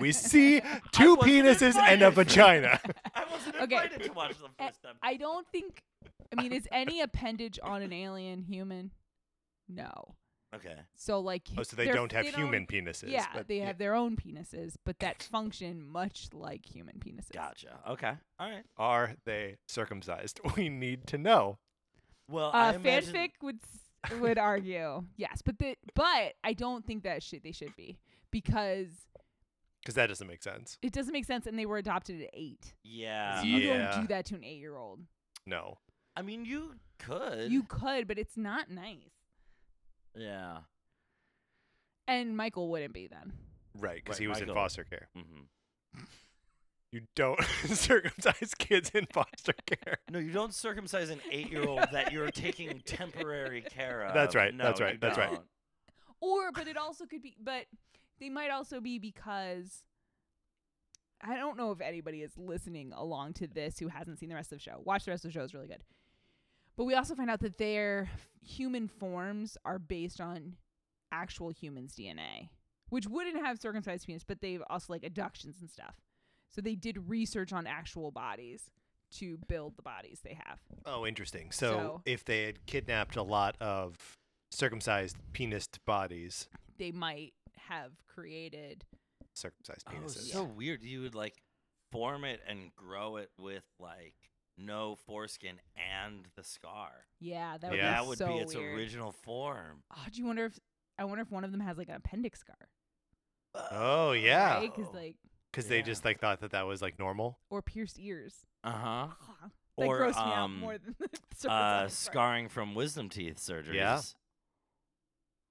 Speaker 3: We see two
Speaker 2: wasn't
Speaker 3: penises and a
Speaker 2: invited.
Speaker 3: vagina.
Speaker 2: I wasn't
Speaker 1: Okay.
Speaker 2: invited to watch the first episode.
Speaker 1: I don't think. I mean, is any appendage on an alien human? No.
Speaker 2: okay.
Speaker 1: So like.
Speaker 3: Oh, so they
Speaker 1: they're-
Speaker 3: don't have
Speaker 1: they
Speaker 3: human penises.
Speaker 1: Yeah,
Speaker 3: but
Speaker 1: they have their own penises, but that function much like human penises.
Speaker 2: Gotcha. Okay. All right.
Speaker 3: Are they circumcised? We need to know.
Speaker 2: Well, I
Speaker 1: Uh,
Speaker 2: imagine-
Speaker 1: fanfic would s- would argue yes, but the but I don't think that should they should be because
Speaker 3: Because that doesn't make sense.
Speaker 1: it doesn't make sense, and they were adopted at eight.
Speaker 2: Yeah.
Speaker 1: You
Speaker 3: Yeah.
Speaker 1: don't do that to an eight year old.
Speaker 3: No.
Speaker 2: I mean, you could.
Speaker 1: You could, but it's not nice.
Speaker 2: Yeah.
Speaker 1: And Michael wouldn't be then.
Speaker 3: Right, because
Speaker 2: Right,
Speaker 3: he was
Speaker 2: Michael.
Speaker 3: in foster care.
Speaker 2: hmm
Speaker 3: You don't circumcise kids in foster care.
Speaker 2: No, you don't circumcise an eight-year-old that you're taking temporary care of.
Speaker 3: That's right,
Speaker 2: No,
Speaker 3: that's
Speaker 2: you
Speaker 3: right, that's right.
Speaker 2: don't.
Speaker 1: Or, but it also could be, but they might also be because I don't know if anybody is listening along to this who hasn't seen the rest of the show. Watch the rest of the show; it's really good. But we also find out that their human forms are based on actual humans' DNA, which wouldn't have circumcised penis, but they've also like adductions and stuff. So they did research on actual bodies to build the bodies they have.
Speaker 3: Oh, interesting. So,
Speaker 1: So-
Speaker 3: if they had kidnapped a lot of circumcised penised bodies,
Speaker 1: They might have created
Speaker 3: circumcised
Speaker 2: Oh,
Speaker 3: penises.
Speaker 2: so weird. You would like form it and grow it with like no foreskin and the scar.
Speaker 1: Yeah, that
Speaker 2: But
Speaker 1: would
Speaker 3: Yeah.
Speaker 1: be
Speaker 2: that would
Speaker 1: so
Speaker 2: be its
Speaker 1: weird.
Speaker 2: original form.
Speaker 1: Oh, do you wonder if I wonder if one of them has like an appendix scar?
Speaker 3: Oh yeah,
Speaker 1: Right? 'Cause, like
Speaker 3: because
Speaker 2: Yeah.
Speaker 3: they just like thought that that was like normal.
Speaker 1: or pierced ears.
Speaker 2: Uh huh.
Speaker 3: Uh-huh.
Speaker 1: Ugh, that
Speaker 2: Or
Speaker 1: grossed me out
Speaker 2: um,
Speaker 1: more than the
Speaker 2: uh,
Speaker 1: circumcised part.
Speaker 2: scarring from wisdom teeth surgeries.
Speaker 3: Yeah.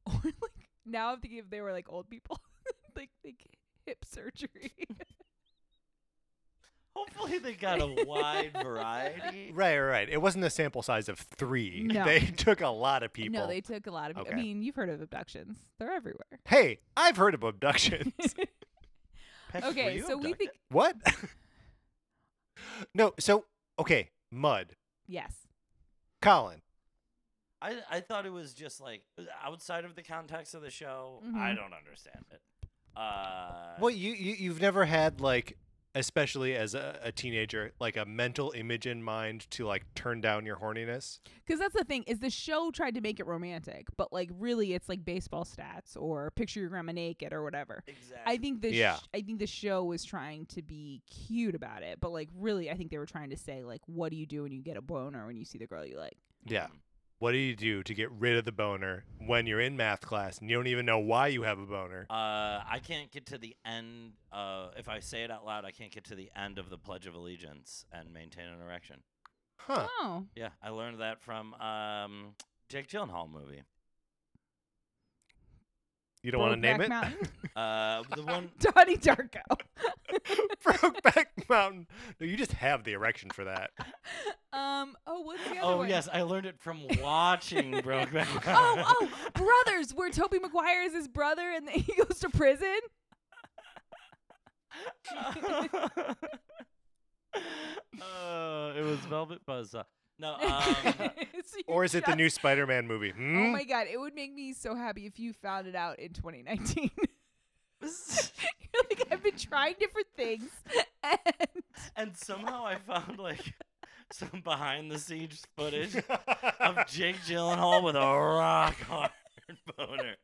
Speaker 1: Or like now I'm thinking if they were like old people, like like hip surgery.
Speaker 2: Hopefully they got a wide variety.
Speaker 3: Right, right, right. It wasn't a sample size of three.
Speaker 1: No.
Speaker 3: They took a lot of people.
Speaker 1: No, they took a lot of. I
Speaker 3: Okay.
Speaker 1: mean, you've heard of abductions; they're everywhere.
Speaker 3: Hey, I've heard of abduction.
Speaker 2: Peck, were
Speaker 1: okay,
Speaker 2: you
Speaker 1: so we
Speaker 2: abducted?
Speaker 1: think
Speaker 3: what? no. So okay, mud.
Speaker 1: yes,
Speaker 3: Colin.
Speaker 2: I I thought it was just like outside of the context of the show. I
Speaker 1: Mhm.
Speaker 2: don't understand it. Uh,
Speaker 3: Well, you, you you've never had like, especially as a, a teenager, like a mental image in mind to like turn down your horniness.
Speaker 1: because that's the thing is the show tried to make it romantic, but like really, it's like baseball stats or picture your grandma naked or whatever.
Speaker 2: exactly.
Speaker 1: I think the
Speaker 3: Yeah.
Speaker 1: sh- I think the show was trying to be cute about it, but like really, I think they were trying to say like, what do you do when you get a boner when you see the girl you like?
Speaker 3: Yeah. What do you do to get rid of the boner when you're in math class and you don't even know why you have a boner?
Speaker 2: Uh, I can't get to the end. Uh, if I say it out loud, I can't get to the end of the Pledge of Allegiance and maintain an erection.
Speaker 3: Huh.
Speaker 1: Oh,
Speaker 2: Yeah, I learned that from um, Jake Gyllenhaal movie.
Speaker 3: You don't want to name
Speaker 1: Brokeback
Speaker 3: it?
Speaker 1: Mountain.
Speaker 2: Uh, the one.
Speaker 1: Donnie Darko.
Speaker 3: Brokeback Mountain. No, you just have the erection for that.
Speaker 1: Um. Oh, what's the other
Speaker 2: Oh
Speaker 1: one?
Speaker 2: yes, I learned it from watching Brokeback.
Speaker 1: oh, oh, brothers, where Toby Maguire is his brother and he goes to prison.
Speaker 2: oh! it was Velvet Buzzsaw. No, um,
Speaker 1: So you
Speaker 3: Or is it the
Speaker 1: just-
Speaker 3: new Spider Man movie? Hmm?
Speaker 1: Oh my god, it would make me so happy if you found it out in 2019. You're like I've been trying different things, and
Speaker 2: and somehow I found like some behind the scenes footage
Speaker 3: Hmm?
Speaker 2: of Jake Gyllenhaal with a rock hard boner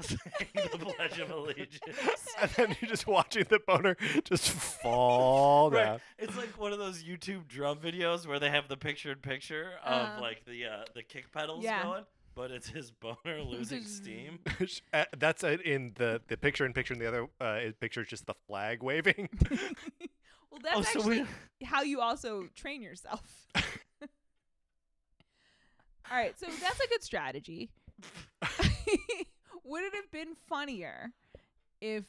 Speaker 2: saying the Pledge of Allegiance.
Speaker 3: and then you're just watching the boner just fall
Speaker 2: Right.
Speaker 3: down.
Speaker 2: It's like one of those YouTube drum videos where they have the picture in picture of
Speaker 1: Uh-huh.
Speaker 2: like the uh, the kick pedals
Speaker 1: Yeah.
Speaker 2: going, but it's his boner losing steam.
Speaker 3: Uh, That's it in the, the picture in picture, and the other uh, picture is just the flag waving.
Speaker 1: well, that's
Speaker 2: oh, so
Speaker 1: actually
Speaker 2: we,
Speaker 1: how you also train yourself. All right, so that's a good strategy. Would it have been funnier if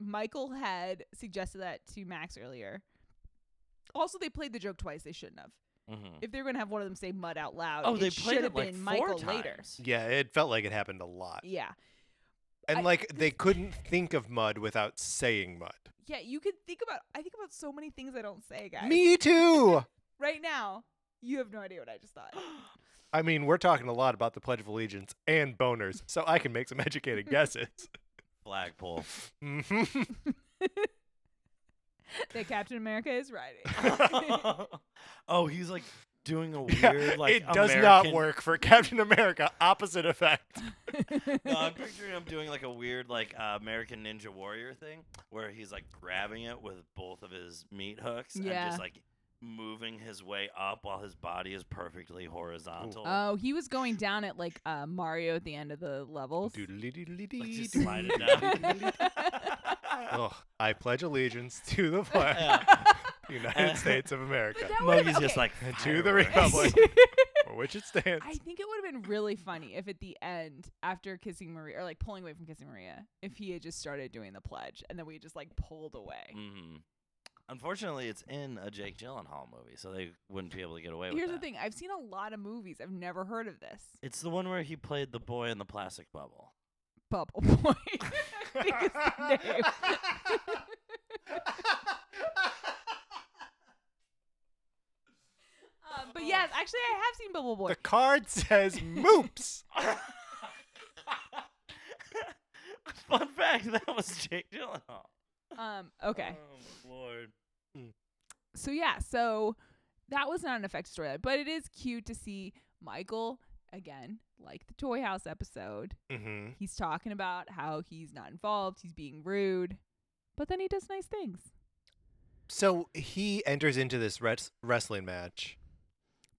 Speaker 1: Michael had suggested that to Max earlier? Also, they played the joke twice. They shouldn't have.
Speaker 3: Mm-hmm.
Speaker 2: Mhm.
Speaker 1: If they were gonna have one of them say "mud" out loud,
Speaker 2: oh,
Speaker 1: it
Speaker 2: they
Speaker 1: should
Speaker 2: played
Speaker 1: have
Speaker 2: it like
Speaker 1: been
Speaker 2: four
Speaker 1: Michael later.
Speaker 2: times.
Speaker 3: yeah, it felt like it happened a lot.
Speaker 1: Yeah,
Speaker 3: And
Speaker 1: I-
Speaker 3: like they couldn't think of mud without saying mud.
Speaker 1: yeah. You could think about. I think about so many things I don't say, guys.
Speaker 3: Me too.
Speaker 1: right now, you have no idea what I just thought.
Speaker 3: I mean, we're talking a lot about the Pledge of Allegiance and boners, so I can make some educated guesses.
Speaker 2: Flagpole.
Speaker 3: Mhm.
Speaker 1: that Captain America is riding.
Speaker 2: oh, he's like doing a weird
Speaker 3: Yeah,
Speaker 2: like.
Speaker 3: it does not
Speaker 2: American-
Speaker 3: work for Captain America. Opposite effect.
Speaker 2: No, I'm picturing him doing like a weird like uh, American Ninja Warrior thing where he's like grabbing it with both of his meat hooks and
Speaker 1: Yeah.
Speaker 2: just like moving his way up while his body is perfectly horizontal.
Speaker 1: Oh, he was going down at like uh, Mario at the end of the levels.
Speaker 2: Like, just
Speaker 3: Doodle-dee-dee-dee-dee.
Speaker 2: slide it down.
Speaker 3: Ugh, I pledge allegiance to the flag,
Speaker 2: Yeah.
Speaker 3: of the United States of America,
Speaker 1: That would've-
Speaker 2: Mogi's just
Speaker 1: okay.
Speaker 2: like
Speaker 3: to the
Speaker 2: fireworks.
Speaker 3: republic for which it stands.
Speaker 1: I think it would have been really funny if at the end, after kissing Maria or like pulling away from kissing Maria, if he had just started doing the pledge and then we just like pulled away.
Speaker 2: Mhm. Unfortunately, it's in a Jake Gyllenhaal movie, so they wouldn't be able to get away with
Speaker 1: Here's the
Speaker 2: that.
Speaker 1: thing: I've seen a lot of movies. I've never heard of this
Speaker 2: It's the one where he played the boy in the plastic bubble.
Speaker 1: Bubble Boy. Um, I think is the name. um, But yes, actually, I have seen Bubble Boy.
Speaker 3: The card says moops.
Speaker 2: Fun fact: that was Jake Gyllenhaal.
Speaker 1: Um, okay.
Speaker 2: Oh Lord.
Speaker 1: So yeah, so that was not an effective storyline, but it is cute to see Michael again, like the Toy House episode.
Speaker 3: mm-hmm.
Speaker 1: He's talking about how he's not involved, he's being rude, but then he does nice things
Speaker 3: So he enters into this res- wrestling match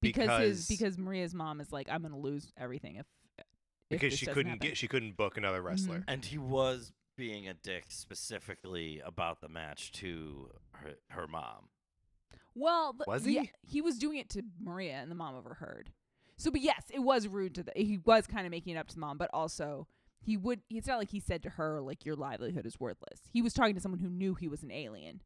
Speaker 1: because his
Speaker 3: Because-
Speaker 1: because Maria's mom is like, I'm gonna lose everything if, if
Speaker 3: because
Speaker 1: this
Speaker 3: she
Speaker 1: doesn't
Speaker 3: couldn't
Speaker 1: happen." Mm-hmm.
Speaker 3: get she couldn't book another wrestler.
Speaker 2: And he was being a dick specifically about the match to her, her mom.
Speaker 1: Well, th-
Speaker 3: Was
Speaker 1: yeah,
Speaker 3: he?
Speaker 1: he was doing it to Maria, and the mom overheard. So, but yes, it was rude to the. He was kind of making it up to the mom, but also he would. It's not like he said to her like your livelihood is worthless. He was talking to someone who knew he was an alien.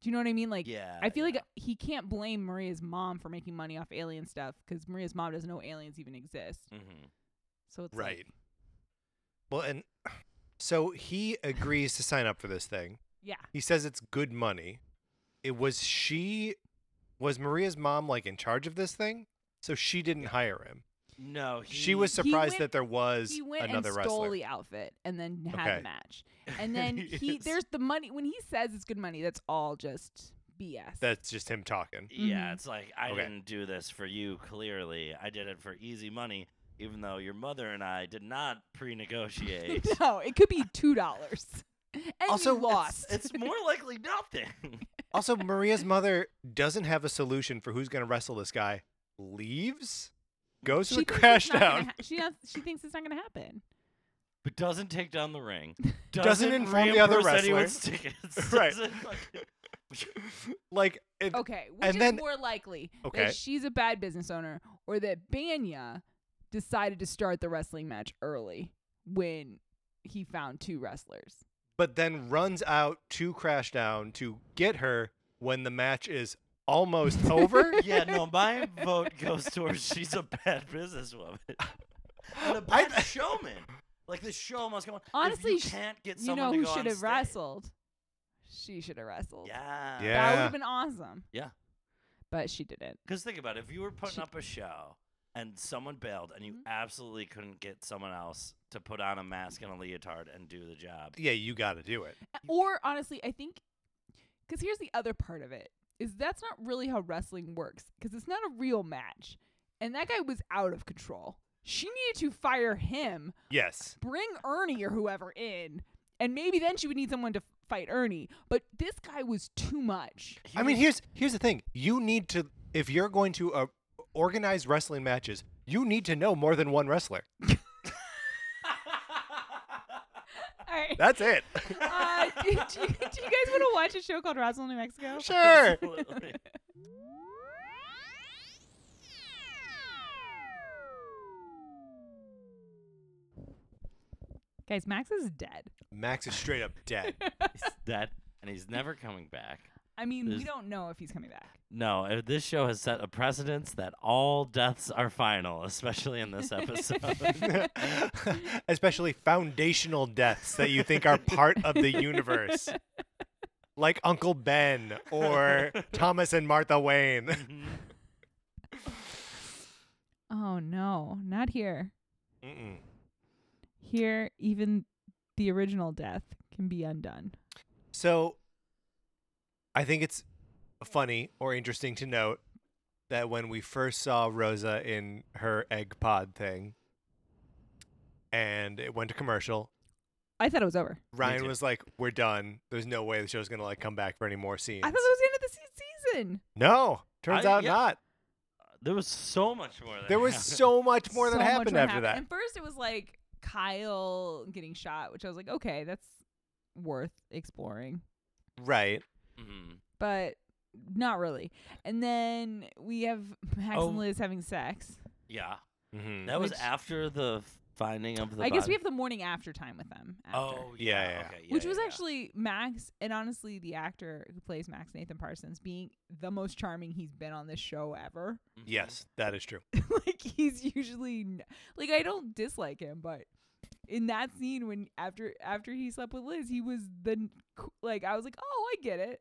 Speaker 1: Do you know what I mean? Like,
Speaker 2: yeah.
Speaker 1: I feel
Speaker 2: yeah.
Speaker 1: like he can't blame Maria's mom for making money off alien stuff because Maria's mom doesn't know aliens even exist.
Speaker 2: Mhm.
Speaker 1: So it's
Speaker 3: Right.
Speaker 1: Like,
Speaker 3: Well, and so he agrees to sign up for this thing.
Speaker 1: yeah.
Speaker 3: He says it's good money. It was she was Maria's mom like in charge of this thing? So she didn't hire him.
Speaker 2: No, he,
Speaker 3: She was
Speaker 1: He
Speaker 3: surprised
Speaker 1: went-
Speaker 3: that there was
Speaker 1: He went
Speaker 3: another
Speaker 1: and stole
Speaker 3: wrestler.
Speaker 1: the outfit and then had
Speaker 3: Okay.
Speaker 1: the match. And then he
Speaker 2: is-
Speaker 1: there's the money when he says it's good money, that's all just BS.
Speaker 3: That's just him talking.
Speaker 2: Yeah,
Speaker 1: Mhm.
Speaker 2: it's like I
Speaker 3: Okay.
Speaker 2: didn't do this for you. Clearly, I did it for easy money. Even though your mother and I did not pre-negotiate.
Speaker 1: no, it could be two dollars. And
Speaker 3: Also,
Speaker 1: you lost.
Speaker 2: It's, it's more likely nothing.
Speaker 3: Also, Maria's mother doesn't have a solution for who's going to wrestle this guy. Leaves, goes to
Speaker 1: She
Speaker 3: the
Speaker 1: thinks
Speaker 3: crash
Speaker 1: it's not gonna
Speaker 3: down.
Speaker 1: ha- she does, she thinks it's not gonna happen.
Speaker 2: but doesn't take down the ring.
Speaker 3: Doesn't inform the other
Speaker 2: reimburse anyone's
Speaker 3: wrestler.
Speaker 2: tickets,
Speaker 3: Right.
Speaker 2: doesn't fucking-
Speaker 3: like, it,
Speaker 1: Okay, which
Speaker 3: And
Speaker 1: is
Speaker 3: then-
Speaker 1: more likely
Speaker 3: Okay.
Speaker 1: that she's a bad business owner or that Banya decided to start the wrestling match early when he found two wrestlers.
Speaker 3: but then runs out to crash down to get her when the match is almost over.
Speaker 2: yeah, no, my vote goes towards she's a bad businesswoman and a
Speaker 3: I-
Speaker 2: bad showman. Like the show must go on. If
Speaker 1: Honestly,
Speaker 2: you
Speaker 1: sh-
Speaker 2: can't get
Speaker 1: You
Speaker 2: someone
Speaker 1: know
Speaker 2: to
Speaker 1: who
Speaker 2: go on
Speaker 1: should have
Speaker 2: stage-
Speaker 1: wrestled? She should have wrestled.
Speaker 2: Yeah,
Speaker 3: Yeah.
Speaker 1: That would have been awesome.
Speaker 2: Yeah.
Speaker 1: But she didn't.
Speaker 2: Because think about it, if you were putting
Speaker 1: She-
Speaker 2: up a show and someone bailed and you
Speaker 1: Mhm.
Speaker 2: absolutely couldn't get someone else to put on a mask and a leotard and do the job.
Speaker 3: yeah, you got to do it.
Speaker 1: Or honestly, I think because here's the other part of it is that's not really how wrestling works because it's not a real match, and that guy was out of control. She needed to fire him,
Speaker 3: Yes.
Speaker 1: bring Ernie or whoever in, and maybe then she would need someone to f- fight Ernie. But this guy was too much.
Speaker 2: He
Speaker 3: I mean,
Speaker 2: was-
Speaker 3: here's here's the thing. You need to if you're going to uh, organize wrestling matches, you need to know more than one wrestler.
Speaker 1: All right.
Speaker 3: That's it.
Speaker 1: Uh, do, do you, do you guys want to watch a show called Roswell, New Mexico?
Speaker 3: sure.
Speaker 2: Absolutely.
Speaker 1: Guys, Max is dead.
Speaker 3: Max is straight up dead.
Speaker 2: He's dead, and he's never coming back.
Speaker 1: I mean,
Speaker 2: There's-
Speaker 1: we don't know if he's coming back.
Speaker 2: No, uh, this show has set a precedence that all deaths are final, especially in this episode.
Speaker 3: Especially foundational deaths that you think are part of the universe. Like Uncle Ben or Thomas and Martha Wayne.
Speaker 1: Oh no, not here.
Speaker 3: Mm-mm.
Speaker 1: Here, even the original death can be undone.
Speaker 3: So I think it's funny or interesting to note that when we first saw Rosa in her egg pod thing and it went to commercial,
Speaker 1: I thought it was over.
Speaker 3: Ryan
Speaker 2: too.
Speaker 3: was like, We're done. There's no way the show's gonna like come back for any more scenes.
Speaker 1: I thought that was the end of the se- season.
Speaker 3: no. Turns
Speaker 2: I-
Speaker 3: out
Speaker 2: yeah.
Speaker 3: not.
Speaker 2: there was so much more. That
Speaker 3: There was
Speaker 2: happened.
Speaker 3: so much more
Speaker 1: So
Speaker 3: that
Speaker 1: much
Speaker 3: happened
Speaker 1: more
Speaker 3: after that.
Speaker 1: And first, it was like Kyle getting shot, which I was like, okay, that's worth exploring,
Speaker 3: Right.
Speaker 2: Mhm.
Speaker 1: but not really. And then we have Max
Speaker 2: Oh.
Speaker 1: and Liz having sex.
Speaker 2: Yeah,
Speaker 3: Mm-hmm.
Speaker 2: that was
Speaker 1: Which-
Speaker 2: after the finding of the.
Speaker 1: I guess
Speaker 2: body.
Speaker 1: we have the morning after time with them. After.
Speaker 2: Oh
Speaker 3: Yeah,
Speaker 2: yeah,
Speaker 3: yeah,
Speaker 2: okay,
Speaker 1: which
Speaker 2: yeah,
Speaker 1: was
Speaker 2: yeah.
Speaker 1: actually Max, and honestly, the actor who plays Max, Nathan Parsons, being the most charming he's been on this show ever.
Speaker 2: Mhm.
Speaker 3: Yes, that is true.
Speaker 1: like he's usually n- like I don't dislike him, but in that scene when after after he slept with Liz, he was the n- c- like I was like, oh, I get it.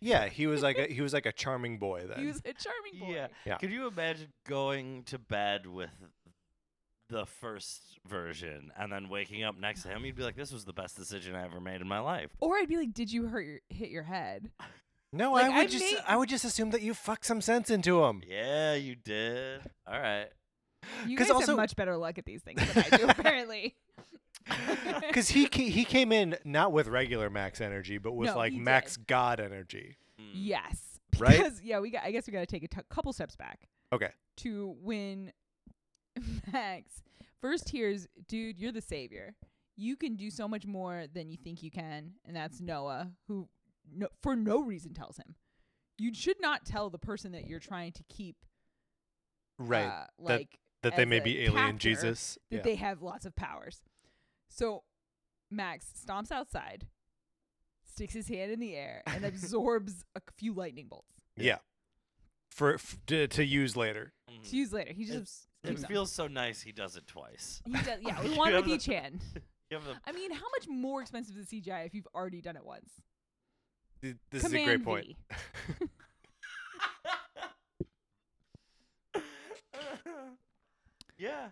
Speaker 3: yeah, he was like a he was like a charming boy then.
Speaker 1: He was a charming boy.
Speaker 2: Yeah.
Speaker 3: Yeah.
Speaker 2: Could you imagine going to bed with the first version and then waking up next to him? You'd be like, this was the best decision I ever made in my life.
Speaker 1: Or I'd be like, "Did you hurt your, hit your head?"
Speaker 3: no,
Speaker 1: like,
Speaker 3: I would
Speaker 1: I
Speaker 3: just
Speaker 1: may-
Speaker 3: I would just assume that you fucked some sense into him.
Speaker 2: Yeah, you did. All right.
Speaker 1: You
Speaker 3: 'Cause
Speaker 1: guys
Speaker 3: also-
Speaker 1: have much better luck at these things than I do, apparently.
Speaker 3: Because he ca- he came in not with regular Max energy, but with
Speaker 1: No,
Speaker 3: like
Speaker 1: he
Speaker 3: Max God energy.
Speaker 2: Mm.
Speaker 1: yes,
Speaker 3: Right?
Speaker 1: because yeah, we got. I guess we got to take a t- couple steps back.
Speaker 3: Okay.
Speaker 1: To when Max first hears, "Dude, you're the savior. You can do so much more than you think you can," and that's Noah, who no, for no reason tells him. You should not tell the person that you're trying to keep,
Speaker 3: Right.
Speaker 1: Uh, like
Speaker 3: that they
Speaker 1: as
Speaker 3: may
Speaker 1: a
Speaker 3: be alien
Speaker 1: captor
Speaker 3: Jesus.
Speaker 1: that
Speaker 3: Yeah.
Speaker 1: they have lots of powers. So Max stomps outside, sticks his hand in the air, and absorbs a few lightning bolts.
Speaker 3: yeah. For f- to, to use later.
Speaker 2: Mhm.
Speaker 1: To use later. He just abs-
Speaker 2: It
Speaker 1: keeps on.
Speaker 2: feels so nice he does it twice.
Speaker 1: He does, yeah,
Speaker 2: You
Speaker 1: with one with
Speaker 2: have the-
Speaker 1: each hand.
Speaker 2: You have the
Speaker 1: I mean, how much more expensive is the CGI if you've already done it once?
Speaker 3: Th- This
Speaker 1: Command
Speaker 3: is a great point.
Speaker 1: V.
Speaker 2: yeah.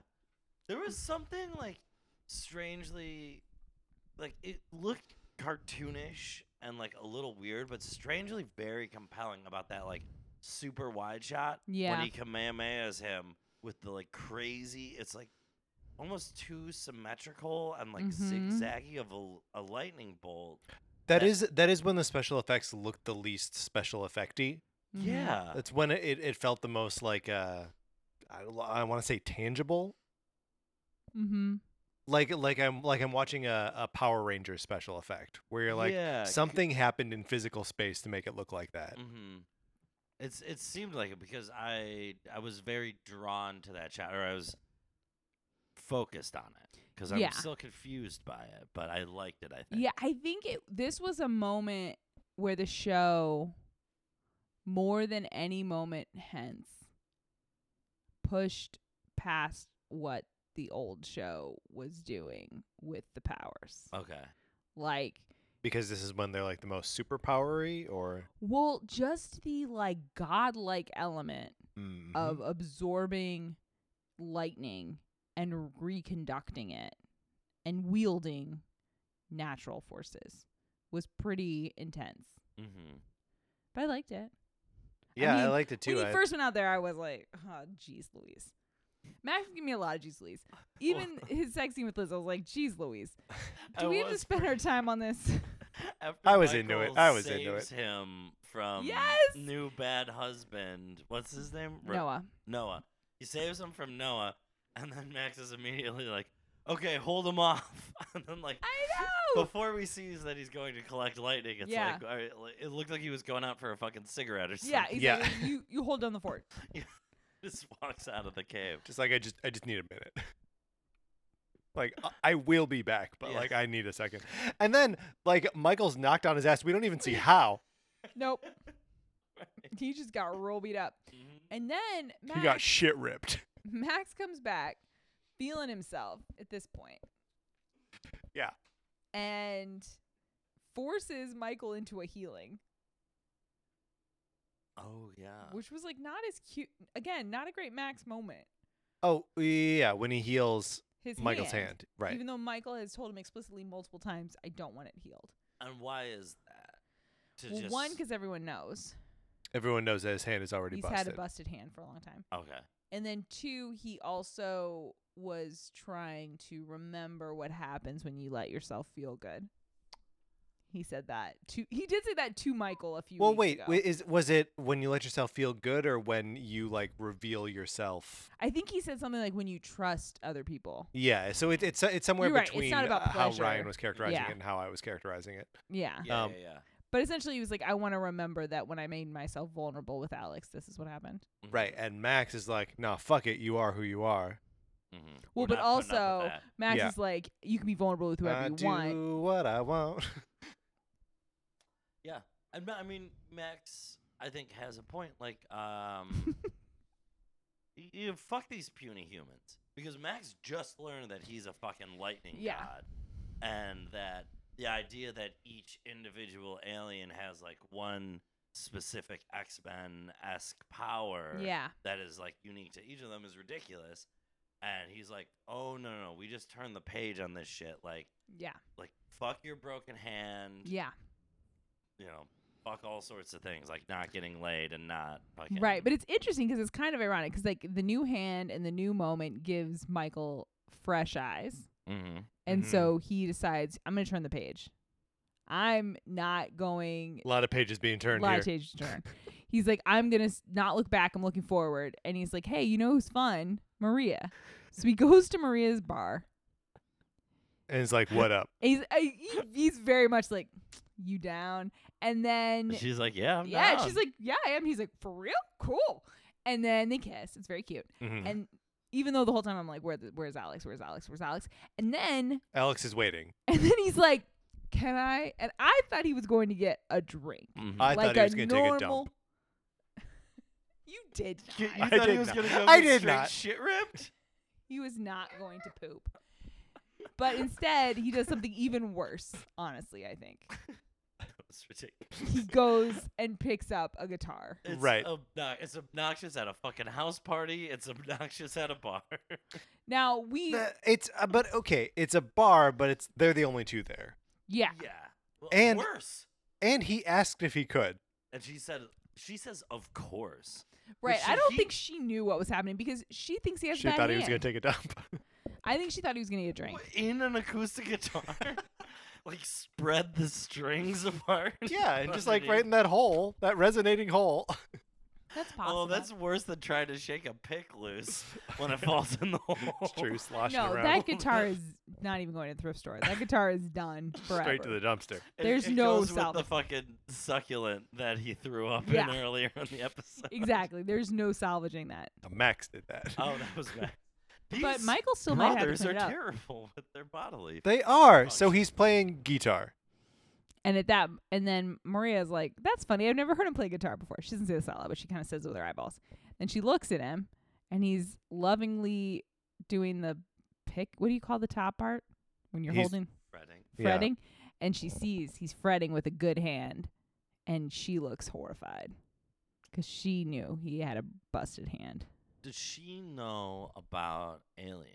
Speaker 2: There was something like strangely like it looked cartoonish and like a little weird, but strangely very compelling about that like super wide shot
Speaker 1: Yeah.
Speaker 2: when he Kamehameha's him with the like crazy it's like almost too symmetrical and like
Speaker 1: Mhm.
Speaker 2: zigzaggy of a, l- a lightning bolt.
Speaker 3: That
Speaker 2: That-
Speaker 3: is that is when the special effects looked the least special effecty.
Speaker 1: Mhm.
Speaker 2: Yeah.
Speaker 3: That's when it, it felt the most like uh I, want to say tangible.
Speaker 1: Mhm.
Speaker 3: Like like I'm like I'm watching a, a Power Ranger special effect where you're like
Speaker 2: yeah, c-
Speaker 3: something happened in physical space to make it look like that.
Speaker 2: Mm-hmm. It's it seemed like it because I I was very drawn to that shot, or I was focused on it because I'm
Speaker 1: Yeah.
Speaker 2: still confused by it, but I liked it. I think.
Speaker 1: Yeah, I think it this was a moment where the show more than any moment hence pushed past what the old show was doing with the powers.
Speaker 2: Okay.
Speaker 1: Like
Speaker 3: Because this is when they're like the most superpowery or
Speaker 1: well, just the like godlike element
Speaker 3: Mhm.
Speaker 1: of absorbing lightning and reconducting it and wielding natural forces was pretty intense.
Speaker 2: Mm-hmm.
Speaker 1: But I liked it.
Speaker 3: yeah, I,
Speaker 1: mean,
Speaker 3: liked it too.
Speaker 1: when he
Speaker 3: I-
Speaker 1: first went out there, I was like, oh, jeez, Louise. Max gave me a lot of jeez, Louise. Even his sex scene with Liz, I was like, jeez, Louise. Do we have to spend our time on this?
Speaker 2: After
Speaker 3: I was into it.
Speaker 2: Michael
Speaker 3: I was into it.
Speaker 2: saves Him from
Speaker 1: Yes!
Speaker 2: new bad husband. What's his name? Re-
Speaker 1: Noah.
Speaker 2: Noah. He saves him from Noah, and then Max is immediately like, "Okay, hold him off," and then like
Speaker 1: I know.
Speaker 2: before we see that he's going to collect lightning, it's
Speaker 1: Yeah.
Speaker 2: like all right, li- it looked like he was going out for a fucking cigarette or something.
Speaker 1: Yeah, he's
Speaker 3: Yeah.
Speaker 1: like, you you hold down the fort.
Speaker 2: just walks out of the cave.
Speaker 3: just like I just I just need a minute. Like I- I will be back, but
Speaker 2: Yeah.
Speaker 3: like I need a second. And then like Michael's knocked on his ass. We don't even see how
Speaker 1: Nope. He just got real beat up.
Speaker 2: Mhm.
Speaker 1: And then Max,
Speaker 3: he got shit ripped.
Speaker 1: Max comes back feeling himself at this point.
Speaker 3: Yeah.
Speaker 1: And forces Michael into a healing.
Speaker 2: Oh yeah.
Speaker 3: Uh,
Speaker 1: which was like not as cute. Again, not a great Max moment.
Speaker 3: Oh yeah, when he heals
Speaker 1: His
Speaker 3: Michael's hand, right?
Speaker 1: Even though Michael has told him explicitly multiple times, I don't want it healed.
Speaker 2: and why is that? To
Speaker 1: Well, one, because everyone knows
Speaker 3: Everyone knows that his hand is already
Speaker 1: he's
Speaker 3: busted.
Speaker 1: had a busted hand for a long time.
Speaker 2: okay.
Speaker 1: And then two, he also was trying to remember what happens when you let yourself feel good. He said that to he did say that to Michael a few
Speaker 3: well,
Speaker 1: weeks
Speaker 3: wait,
Speaker 1: ago.
Speaker 3: wait, is was it when you let yourself feel good or when you like reveal yourself?
Speaker 1: I think he said something like when you trust other people.
Speaker 3: Yeah, so it, it's it's somewhere
Speaker 1: You're right, it's
Speaker 3: between
Speaker 1: not about
Speaker 3: uh, how
Speaker 1: pleasure.
Speaker 3: Ryan was characterizing
Speaker 1: Yeah.
Speaker 3: it and how I was characterizing it.
Speaker 1: Yeah.
Speaker 2: Yeah,
Speaker 3: Um,
Speaker 2: yeah, yeah.
Speaker 1: But essentially he was like, I want to remember that when I made myself vulnerable with Alex, this is what happened.
Speaker 2: Mhm,
Speaker 3: Right, and Max is like, "Nah, fuck it, you are who you are."
Speaker 2: mhm.
Speaker 1: Well,
Speaker 2: We're
Speaker 1: but
Speaker 2: not putting up
Speaker 1: also-
Speaker 2: with that.
Speaker 1: Max
Speaker 3: Yeah.
Speaker 1: is like, you can be vulnerable with whoever
Speaker 3: I
Speaker 1: you
Speaker 3: do
Speaker 1: want.
Speaker 3: what I want.
Speaker 2: yeah. And Ma- I mean, Max, I think has a point. Like, um, y- you know, fuck these puny humans because Max just learned that he's a fucking lightning
Speaker 1: Yeah.
Speaker 2: god, and that the idea that each individual alien has like one specific X Men esque power
Speaker 1: Yeah.
Speaker 2: that is like unique to each of them is ridiculous. And he's like, "Oh no, no, no, we just turned the page on this shit. Like,
Speaker 1: Yeah.
Speaker 2: like fuck your broken hand.
Speaker 1: Yeah.
Speaker 2: You know, fuck all sorts of things, like not getting laid and not fucking
Speaker 1: Right, but it's interesting because it's kind of ironic because like the new hand and the new moment gives Michael fresh eyes,
Speaker 2: mm-hmm.
Speaker 1: and
Speaker 3: Mhm.
Speaker 1: so he decides I'm going to turn the page. I'm not going.
Speaker 3: A lot of pages being turned
Speaker 1: lot
Speaker 3: here.
Speaker 1: of pages to turn. he's like, I'm gonna s- not look back. I'm looking forward. And he's like, Hey, you know who's fun? Maria. So he goes to Maria's bar.
Speaker 3: and it's like, what up?
Speaker 1: And he's I, he- he's very much like, You down? And then
Speaker 2: She's like, "Yeah, I'm
Speaker 1: yeah,
Speaker 2: down."
Speaker 1: she's like, Yeah, I am. He's like, For real? Cool. And then they kiss. It's very cute.
Speaker 3: Mhm.
Speaker 1: and even though the whole time I'm like, Where the, where's Alex? Where's Alex? Where's Alex? And then
Speaker 3: Alex is waiting.
Speaker 1: and then he's like, Can I? And I thought he was going to get a drink,
Speaker 2: Mhm.
Speaker 3: I
Speaker 1: like
Speaker 3: thought he was
Speaker 1: a
Speaker 3: going to take
Speaker 1: normal.
Speaker 3: a dump.
Speaker 1: you did
Speaker 2: You
Speaker 1: not.
Speaker 2: you
Speaker 3: I
Speaker 2: thought he
Speaker 3: did
Speaker 2: was
Speaker 3: not.
Speaker 2: gonna go
Speaker 3: I
Speaker 2: get
Speaker 3: did
Speaker 2: straight
Speaker 3: not.
Speaker 2: shit ripped.
Speaker 1: He was not going to poop. But instead, he does something even worse, honestly, I think.
Speaker 2: It's ridiculous.
Speaker 1: He goes and picks up a guitar.
Speaker 2: It's
Speaker 3: Right.
Speaker 2: obno- it's obnoxious at a fucking house party. It's obnoxious at a bar.
Speaker 1: Now, we
Speaker 3: The- It's uh, but okay, it's a bar, but it's they're the only two there.
Speaker 1: yeah.
Speaker 2: Well,
Speaker 3: And-
Speaker 2: worse.
Speaker 3: And he asked if he could.
Speaker 2: And she said, she says, of course.
Speaker 1: Right.
Speaker 2: she-
Speaker 1: I don't
Speaker 2: he-
Speaker 1: think she knew what was happening because she thinks he has
Speaker 3: she
Speaker 1: bad
Speaker 3: thought he was
Speaker 1: hand.
Speaker 3: going to take a dump.
Speaker 1: I think she thought he was going to get a drink.
Speaker 2: W- In an acoustic guitar, like spread the strings apart.
Speaker 3: yeah, and just like right
Speaker 2: underneath.
Speaker 3: in that hole, that resonating hole.
Speaker 1: That's possible.
Speaker 2: Oh, that's worse than trying to shake a pick loose when it falls in the hole.
Speaker 3: it's true, sloshing
Speaker 1: No,
Speaker 3: around.
Speaker 1: that guitar is not even going to the thrift store. That guitar is done forever.
Speaker 3: Straight to the dumpster.
Speaker 2: It-
Speaker 1: There's
Speaker 2: it
Speaker 1: no
Speaker 2: goes with the
Speaker 1: salvage.
Speaker 2: fucking succulent that he threw up
Speaker 1: Yeah.
Speaker 2: in earlier in the episode.
Speaker 1: exactly. There's no salvaging that.
Speaker 3: The Max did that.
Speaker 2: Oh, that was bad.
Speaker 1: But
Speaker 2: These
Speaker 1: Michael still might have to
Speaker 2: brothers
Speaker 1: clean
Speaker 2: are
Speaker 1: it up.
Speaker 2: terrible with their bodily.
Speaker 3: They are.
Speaker 2: Oh,
Speaker 3: So
Speaker 2: shit.
Speaker 3: he's playing guitar.
Speaker 1: And at that, and then Maria's like, "That's funny. I've never heard him play guitar before." She doesn't say this out loud, but she kind of says it with her eyeballs. And she looks at him, and he's lovingly doing the pick. What do you call the top part when you're
Speaker 3: He's-
Speaker 1: holding
Speaker 2: Fretting.
Speaker 3: Yeah.
Speaker 1: fretting? And she sees he's fretting with a good hand, and she looks horrified because she knew he had a busted hand.
Speaker 2: Does she know about aliens?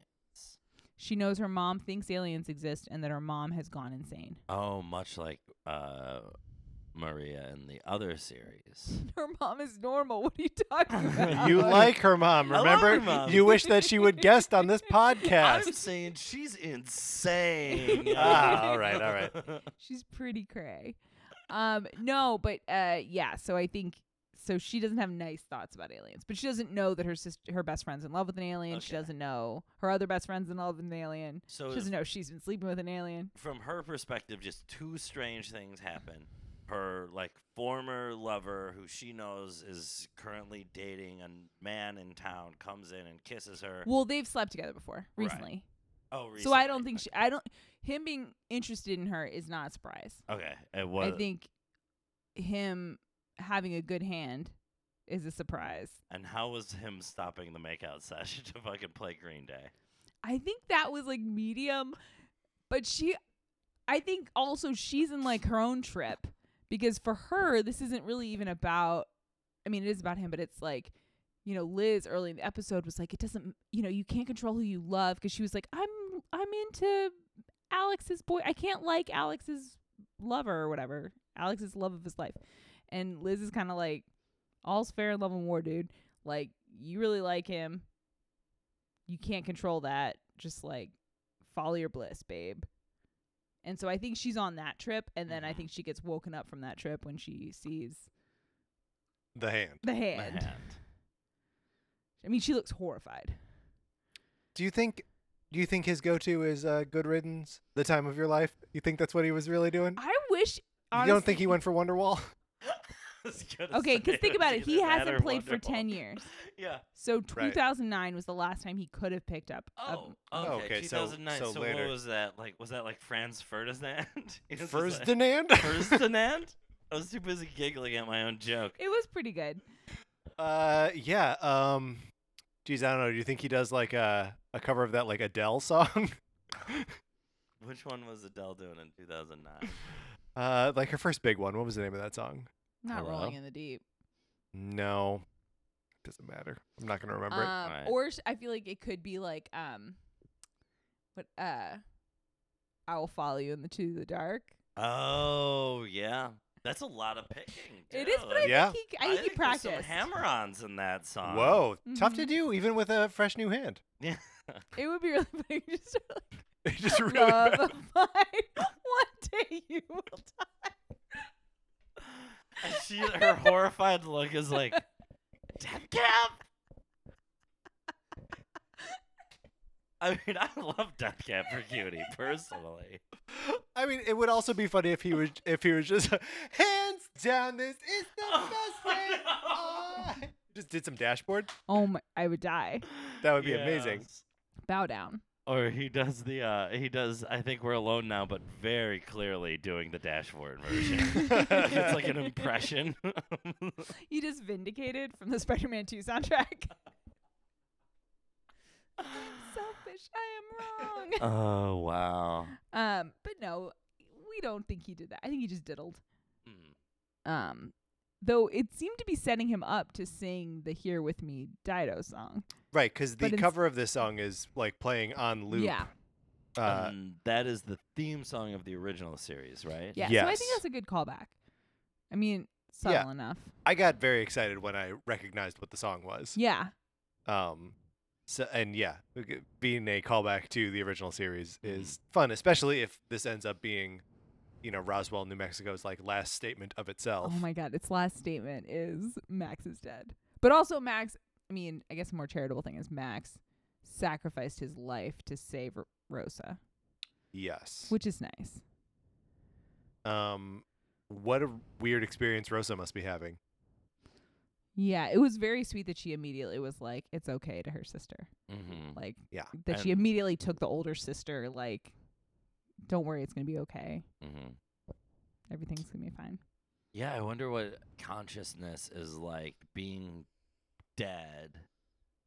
Speaker 1: She knows her mom thinks aliens exist, and that her mom has gone insane.
Speaker 2: Oh, much like uh, Maria in the other series.
Speaker 1: Her mom is normal. What are you talking about?
Speaker 3: You like her mom,
Speaker 2: I love
Speaker 3: remember?
Speaker 2: her mom.
Speaker 3: You wish that she would guest on this
Speaker 2: I'm
Speaker 3: podcast.
Speaker 2: saying she's insane.
Speaker 3: Ah, all right, all right.
Speaker 1: She's pretty cray. Um, no, but uh, yeah. So I think so. She doesn't have nice thoughts about aliens, but she doesn't know that her sister, her best friend's in love with an alien. She
Speaker 2: Okay.
Speaker 1: doesn't know her other best friend's in love with an alien.
Speaker 2: So,
Speaker 1: she doesn't know she's been sleeping with an alien.
Speaker 2: from her perspective, just two strange things happen. Her like former lover, who she knows is currently dating a man in town, comes in and kisses her.
Speaker 1: Well, they've slept together before
Speaker 2: Right.
Speaker 1: recently,
Speaker 2: oh,
Speaker 1: so I don't
Speaker 2: recently.
Speaker 1: think she. I don't. Him being interested in her is not a surprise.
Speaker 2: Okay, it was.
Speaker 1: I think him having a good hand is a surprise.
Speaker 2: And how was him stopping the makeout session to fucking play Green Day?
Speaker 1: I think that was like medium, but she, I think also she's in like her own trip because for her, this isn't really even about, I mean, it is about him, but it's like, you know, Liz early in the episode was like, it doesn't, you know, you can't control who you love because she was like, I'm, I'm into Alex's boy. I can't like Alex's lover or whatever, Alex's love of his life. And Liz is kind of like, all's fair in love and war, dude. Like, you really like him you can't control that. Just like follow your bliss, babe. And so I think she's on that trip, and then I
Speaker 2: Mhm.
Speaker 1: think she gets woken up from that trip when she sees
Speaker 3: The hand.
Speaker 1: the
Speaker 2: My
Speaker 1: hand.
Speaker 2: hand.
Speaker 1: I mean, she looks horrified.
Speaker 3: Do you think do you think his go-to is uh, good riddance? The time of your life? You think that's what he was really doing?
Speaker 1: I wish. Honestly,
Speaker 3: you don't think he went for Wonderwall?
Speaker 1: Okay, because think about it. He hasn't played for ten
Speaker 2: years.
Speaker 1: years.
Speaker 2: Yeah.
Speaker 1: So
Speaker 3: Right.
Speaker 1: 2009 was the last time he could have picked up. a-
Speaker 2: Oh,
Speaker 3: Oh,
Speaker 2: okay.
Speaker 3: okay, so-
Speaker 2: 2009. So,
Speaker 3: so later.
Speaker 2: what was that? Like, was that like Franz Ferdinand? He was just
Speaker 3: First
Speaker 2: like,
Speaker 3: Ferdinand?
Speaker 2: Ferdinand? I was too busy giggling at my own joke.
Speaker 1: it was pretty good.
Speaker 3: Uh, yeah. Um, uh, geez, I don't know. Do you think he does like a a cover of that like Adele song?
Speaker 2: Which one was Adele doing in 2009?
Speaker 3: Uh, like her first big one. What was the name of that song?
Speaker 1: Not
Speaker 2: Hello?
Speaker 1: rolling in the deep.
Speaker 3: No, doesn't matter. I'm not gonna remember it.
Speaker 1: Um,
Speaker 2: Right.
Speaker 1: Or sh- I feel like it could be like um, what uh, I will follow you in the to the dark.
Speaker 2: Oh yeah, that's a lot of picking.
Speaker 1: It is,
Speaker 2: too.
Speaker 1: but I
Speaker 3: Yeah.
Speaker 1: think he, I think he
Speaker 2: there's
Speaker 1: practiced.
Speaker 2: Some hammer-ons in that song.
Speaker 3: Whoa, tough to
Speaker 1: Mhm.
Speaker 3: do, even with a fresh new hand.
Speaker 2: Yeah.
Speaker 1: It would be really funny. if you Just started
Speaker 3: It's just really
Speaker 1: love
Speaker 3: bad.
Speaker 1: of mine. One day you will die.
Speaker 2: And she, her horrified look is like, "Death Cab." I mean, I love Death Cab for Cutie personally.
Speaker 3: I mean, it would also be funny if he was if he was just hands down. This is the
Speaker 2: Oh,
Speaker 3: best thing.
Speaker 2: no.
Speaker 3: I-" Just did some dashboard.
Speaker 1: Oh my! I would die.
Speaker 3: That would be amazing.
Speaker 2: Yes.
Speaker 1: Bow down.
Speaker 2: Or he does the uh he does I think we're alone now, but very clearly doing the dashboard version. it's like an impression.
Speaker 1: You just vindicated from the Spider-Man 2 soundtrack. Selfish. I am wrong.
Speaker 2: oh wow.
Speaker 1: Um, but no, we don't think he did that. I think he just diddled.
Speaker 2: Mm.
Speaker 1: Um, though it seemed to be setting him up to sing the "Here with Me" Dido song.
Speaker 3: Right, because the
Speaker 1: But it's-
Speaker 3: cover of this song is like playing on loop.
Speaker 1: Yeah,
Speaker 3: Uh,
Speaker 2: Um, that is the theme song of the original series, right?
Speaker 1: yeah. So I think
Speaker 3: yes.
Speaker 1: that's a good callback. I mean,
Speaker 3: Yeah.
Speaker 1: subtle enough.
Speaker 3: I got very excited when I recognized what the song was.
Speaker 1: Yeah,
Speaker 3: Um, so and yeah, g- being a callback to the original series is fun, especially if this ends up being, you know, Roswell, New Mexico's like last statement of itself.
Speaker 1: Oh my god, its last statement is Max is dead. But also Max, I mean, I guess a more charitable thing is Max sacrificed his life to save R- Rosa,
Speaker 3: Yes.
Speaker 1: which is nice.
Speaker 3: Um, what a weird experience Rosa must be having.
Speaker 1: Yeah, it was very sweet that she immediately was like it's okay to her sister.
Speaker 2: Mm-hmm.
Speaker 1: Like
Speaker 3: Yeah,
Speaker 1: that she
Speaker 2: and-
Speaker 1: immediately took the older sister like don't worry, it's going to be okay.
Speaker 2: Mm-hmm.
Speaker 1: Everything's going to be fine.
Speaker 2: Yeah, I wonder what consciousness is like being dead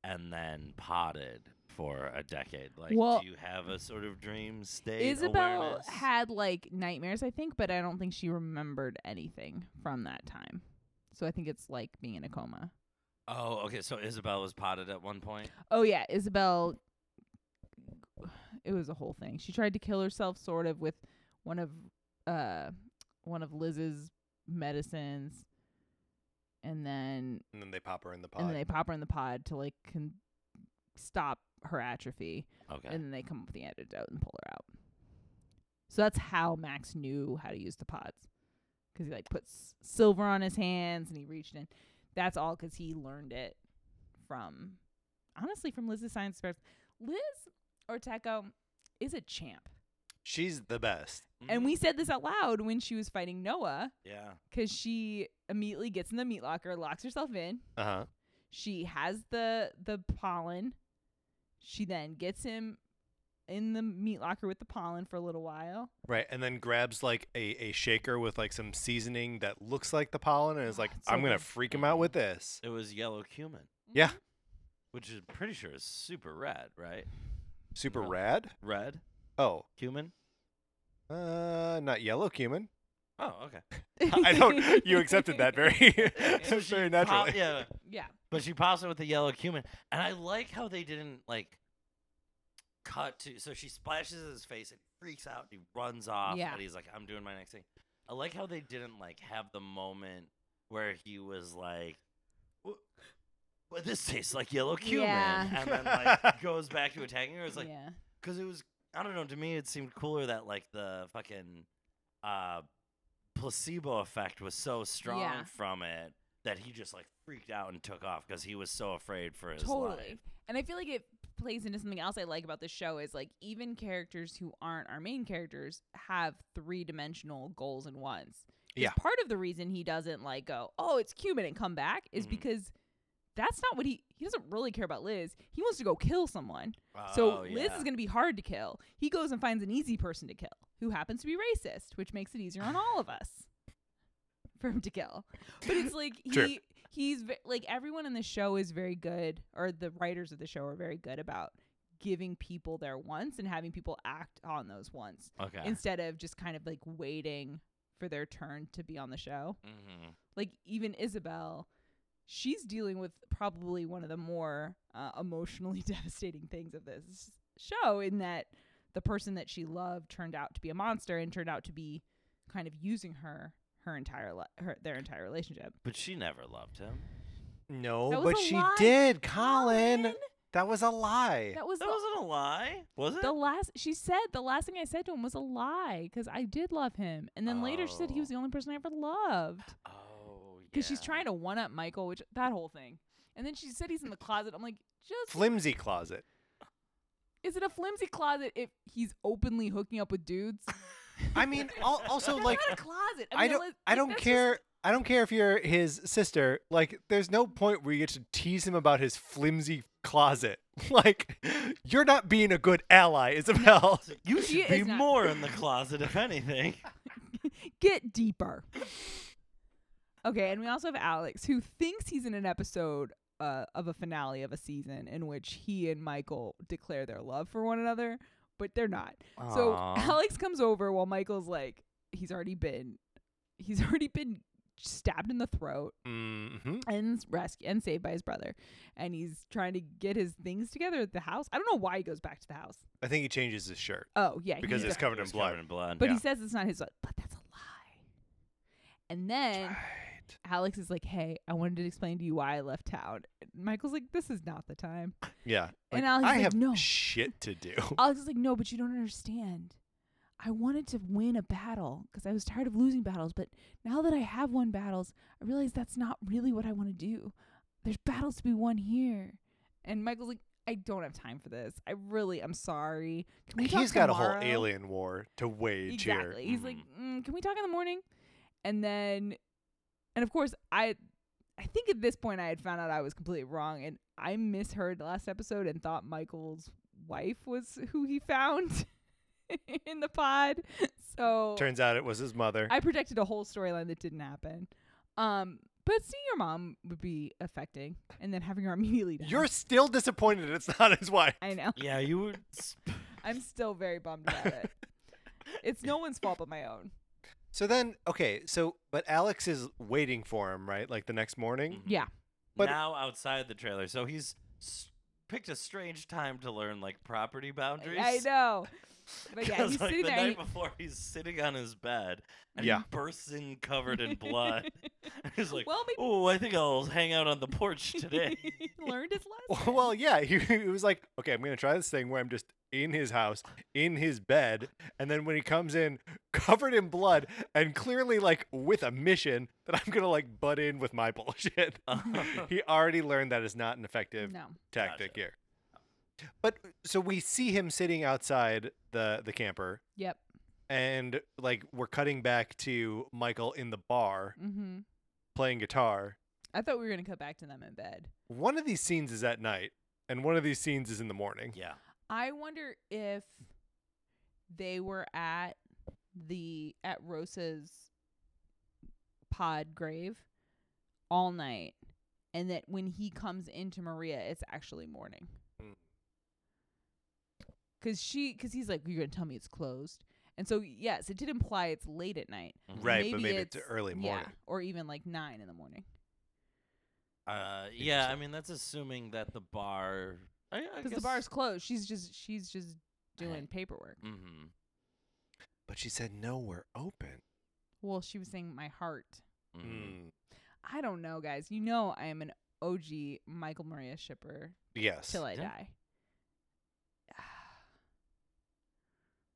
Speaker 2: and then potted for a decade. Like
Speaker 1: Well,
Speaker 2: do you have a sort of dream state
Speaker 1: Isabel
Speaker 2: awareness?
Speaker 1: had like nightmares, I think, but I don't think she remembered anything from that time. So I think it's like being in a coma.
Speaker 2: Oh, okay. So Isabel was potted at one point.
Speaker 1: Oh yeah, Isabel. It was a whole thing. She tried to kill herself, sort of, with one of uh one of Liz's medicines, and then
Speaker 3: and then they pop her in the pod.
Speaker 1: and then they pop her in the pod to like con- stop her atrophy,
Speaker 2: Okay.
Speaker 1: and then they come up with the antidote and pull her out. So that's how Max knew how to use the pods, because he like puts silver on his hands and he reached in. That's all because he learned it from, honestly, from Liz's science experiment. Liz Orteco is a champ,
Speaker 3: She's the best.
Speaker 2: Mm. Mm-hmm.
Speaker 1: and we said this out loud when she was fighting Noah,
Speaker 2: Yeah.
Speaker 1: because she immediately gets in the meat locker, locks herself in,
Speaker 3: Uh huh.
Speaker 1: she has the the pollen she then gets him in the meat locker with the pollen for a little while
Speaker 3: Right, and then grabs like a, a shaker with like some seasoning that looks like the pollen, and is
Speaker 1: Oh,
Speaker 3: like,
Speaker 1: it's so
Speaker 3: "I'm gonna
Speaker 1: good.
Speaker 3: freak him out with this."
Speaker 2: It was yellow cumin,
Speaker 3: Yeah,
Speaker 2: which is pretty sure is super red, right?
Speaker 3: super
Speaker 2: No.
Speaker 3: rad.
Speaker 2: Red
Speaker 3: Oh,
Speaker 2: cumin.
Speaker 3: uh, not yellow cumin.
Speaker 2: Oh, okay.
Speaker 1: Mm-hmm.
Speaker 3: I don't. You accepted that very,
Speaker 2: So she
Speaker 3: very
Speaker 2: pop-
Speaker 3: naturally.
Speaker 2: yeah,
Speaker 1: yeah
Speaker 2: but she pops it with the yellow cumin, and I like how they didn't like cut to. So she splashes his face, and freaks out. He runs off,
Speaker 1: Yeah.
Speaker 2: and he's like, "I'm doing my next thing." I like how they didn't like have the moment where he was like. "Wh- Well, this tastes like yellow cumin,
Speaker 1: Yeah.
Speaker 2: and then like goes back to attacking her. It's like,
Speaker 1: yeah
Speaker 2: because it was I don't know. To me, it seemed cooler that like the fucking uh, placebo effect was so strong
Speaker 1: Yeah.
Speaker 2: from it that he just like freaked out and took off because he was so afraid for his
Speaker 1: totally
Speaker 2: life.
Speaker 1: and i feel like it plays into something else i like about this show is like even characters who aren't our main characters have three-dimensional goals and wants 'Cause
Speaker 3: Yeah.
Speaker 1: part of the reason he doesn't like go oh it's cumin and come back is
Speaker 2: Mhm.
Speaker 1: because that's not what he he doesn't really care about liz he wants to go kill someone
Speaker 2: Oh,
Speaker 1: So Liz
Speaker 2: yeah.
Speaker 1: is going to be hard to kill. He goes and finds an easy person to kill who happens to be racist, which makes it easier on all of us for him to kill. But it's like
Speaker 3: True.
Speaker 1: he he's ve- like everyone in the show is very good or the writers of the show are very good about giving people their wants and having people act on those wants
Speaker 2: Okay.
Speaker 1: instead of just kind of like waiting for their turn to be on the show.
Speaker 2: Mhm.
Speaker 1: Like even Isabel, she's dealing with probably one of the more uh, emotionally devastating things of this show in that the person that she loved turned out to be a monster and turned out to be kind of using her her entire li- her their entire relationship.
Speaker 2: But she never loved him.
Speaker 3: No,
Speaker 1: That was
Speaker 3: but
Speaker 1: a
Speaker 3: she
Speaker 1: lie,
Speaker 3: did, Colin.
Speaker 1: Colin!
Speaker 3: That was a lie.
Speaker 1: That was
Speaker 2: That
Speaker 1: the
Speaker 2: wasn't a lie, was it?
Speaker 1: the last she said the last thing I said to him was a lie because I did love him, and then later she said he was
Speaker 2: Oh.
Speaker 1: the only person I ever loved
Speaker 2: oh, yeah.
Speaker 1: because she's trying to one up Michael, which that whole thing. And then she said he's in the closet. I'm like, just
Speaker 3: Flimsy closet.
Speaker 1: is it a flimsy closet if he's openly hooking up with dudes?
Speaker 3: I mean, al- also
Speaker 1: That's
Speaker 3: like,
Speaker 1: not a closet. I,
Speaker 3: I
Speaker 1: mean,
Speaker 3: don't,
Speaker 1: unless-
Speaker 3: I
Speaker 1: like,
Speaker 3: don't
Speaker 1: that's just-
Speaker 3: care. I don't care if you're his sister. Like, there's no point where you get to tease him about his flimsy closet. Like, you're not being a good ally, Isabel.
Speaker 2: You
Speaker 1: She
Speaker 2: should be
Speaker 1: is not-
Speaker 2: more in the closet, if anything.
Speaker 1: Get deeper. Okay, and we also have Alex who thinks he's in an episode uh, of a finale of a season in which he and Michael declare their love for one another, but they're not. So Alex comes over while Michael's like he's already been he's already been stabbed in the throat
Speaker 3: hmm
Speaker 1: and rescued and saved by his brother and he's trying to get his things together at the house. I don't know why he goes back to the house.
Speaker 3: I think he changes his shirt
Speaker 1: Oh, yeah. he
Speaker 3: because
Speaker 1: does.
Speaker 3: it's covered
Speaker 2: It
Speaker 3: in
Speaker 2: was
Speaker 3: blood.
Speaker 2: Covered in blood.
Speaker 1: But
Speaker 3: Yeah.
Speaker 1: he says it's not his, but that's a lie. And then
Speaker 3: Right.
Speaker 1: Alex is like, "Hey, I wanted to explain to you why I left town." And Michael's like, "This is not the time."
Speaker 3: Yeah.
Speaker 1: And
Speaker 3: Like,
Speaker 1: Alex is
Speaker 3: I
Speaker 1: like,
Speaker 3: have
Speaker 1: "No."
Speaker 3: shit to do.
Speaker 1: Alex is like, "No, but you don't understand. I wanted to win a battle because I was tired of losing battles, but now that I have won battles, I realize that's not really what I want to do. There's battles to be won here." And Michael's like, "I don't have time for this. I really, I'm sorry. Can we talk
Speaker 3: He's got a
Speaker 1: tomorrow?"
Speaker 3: whole alien war to wage here. Mm-hmm.
Speaker 1: Exactly. He's like, mm, "Can we talk in the morning?" And then, and of course, I, I think at this point I had found out I was completely wrong, and I misheard the last episode and thought Michael's wife was who he found in the pod. So
Speaker 3: Turns out it was his mother.
Speaker 1: I projected a whole storyline that didn't happen. Um, but seeing your mom would be affecting, and then having her immediately. die.
Speaker 3: You're still disappointed it's not his wife.
Speaker 1: I know.
Speaker 2: yeah, you were.
Speaker 1: I'm still very bummed about it. It's no one's fault but my own.
Speaker 3: So then, okay, so but Alex is waiting for him, right? Like the next morning.
Speaker 1: Yeah.
Speaker 3: But-
Speaker 2: Mm-hmm. now outside the trailer, so he's s- picked a strange time to learn like property boundaries.
Speaker 1: I know. But yeah,
Speaker 2: 'Cause,
Speaker 1: he's
Speaker 2: like,
Speaker 1: sitting
Speaker 2: the
Speaker 1: there. and
Speaker 2: night before, he's sitting on his bed and
Speaker 3: Yeah.
Speaker 2: he bursts in covered in blood. he's
Speaker 1: he-
Speaker 2: like,
Speaker 1: well, maybe
Speaker 2: "Oh, I think I'll hang out on the porch today."
Speaker 1: he learned his lesson.
Speaker 3: Well, yeah, he, he was like, okay, I'm gonna try this thing where I'm just in his house, in his bed, and then when he comes in, covered in blood, and clearly like with a mission that I'm gonna like butt in with my bullshit. he already learned that is not an effective
Speaker 1: no.
Speaker 3: tactic
Speaker 2: Gotcha.
Speaker 3: here. But so we see him sitting outside the the camper,
Speaker 1: Yep.
Speaker 3: and like we're cutting back to Michael in the bar
Speaker 1: Mm-hmm.
Speaker 3: playing guitar.
Speaker 1: I thought we were gonna cut back to them in bed.
Speaker 3: One of these scenes is at night, and one of these scenes is in the morning.
Speaker 2: yeah.
Speaker 1: I wonder if they were at the at Rosa's pod grave all night, and that when he comes into Maria, it's actually morning.
Speaker 3: Mm.
Speaker 1: Cause she, cause he's like, you're gonna tell me it's closed, and so yes, it did imply it's late at night.
Speaker 2: Mhm.
Speaker 3: Right, but maybe it's early
Speaker 1: Yeah,
Speaker 3: morning.
Speaker 1: or even like nine in the morning.
Speaker 2: Uh,
Speaker 3: think
Speaker 2: yeah,
Speaker 3: so.
Speaker 2: I mean that's assuming that the bar. I, I
Speaker 1: Because the
Speaker 2: guess-
Speaker 1: bar's closed. She's just she's just doing
Speaker 2: Hey.
Speaker 1: paperwork.
Speaker 2: Mhm.
Speaker 3: But she said, "No, we're open."
Speaker 1: Well, she was saying my heart.
Speaker 2: Mhm.
Speaker 3: Mm.
Speaker 1: I don't know, guys. You know I am an OG Michael Maria shipper
Speaker 3: Yes.
Speaker 1: till I
Speaker 2: Yeah.
Speaker 1: die.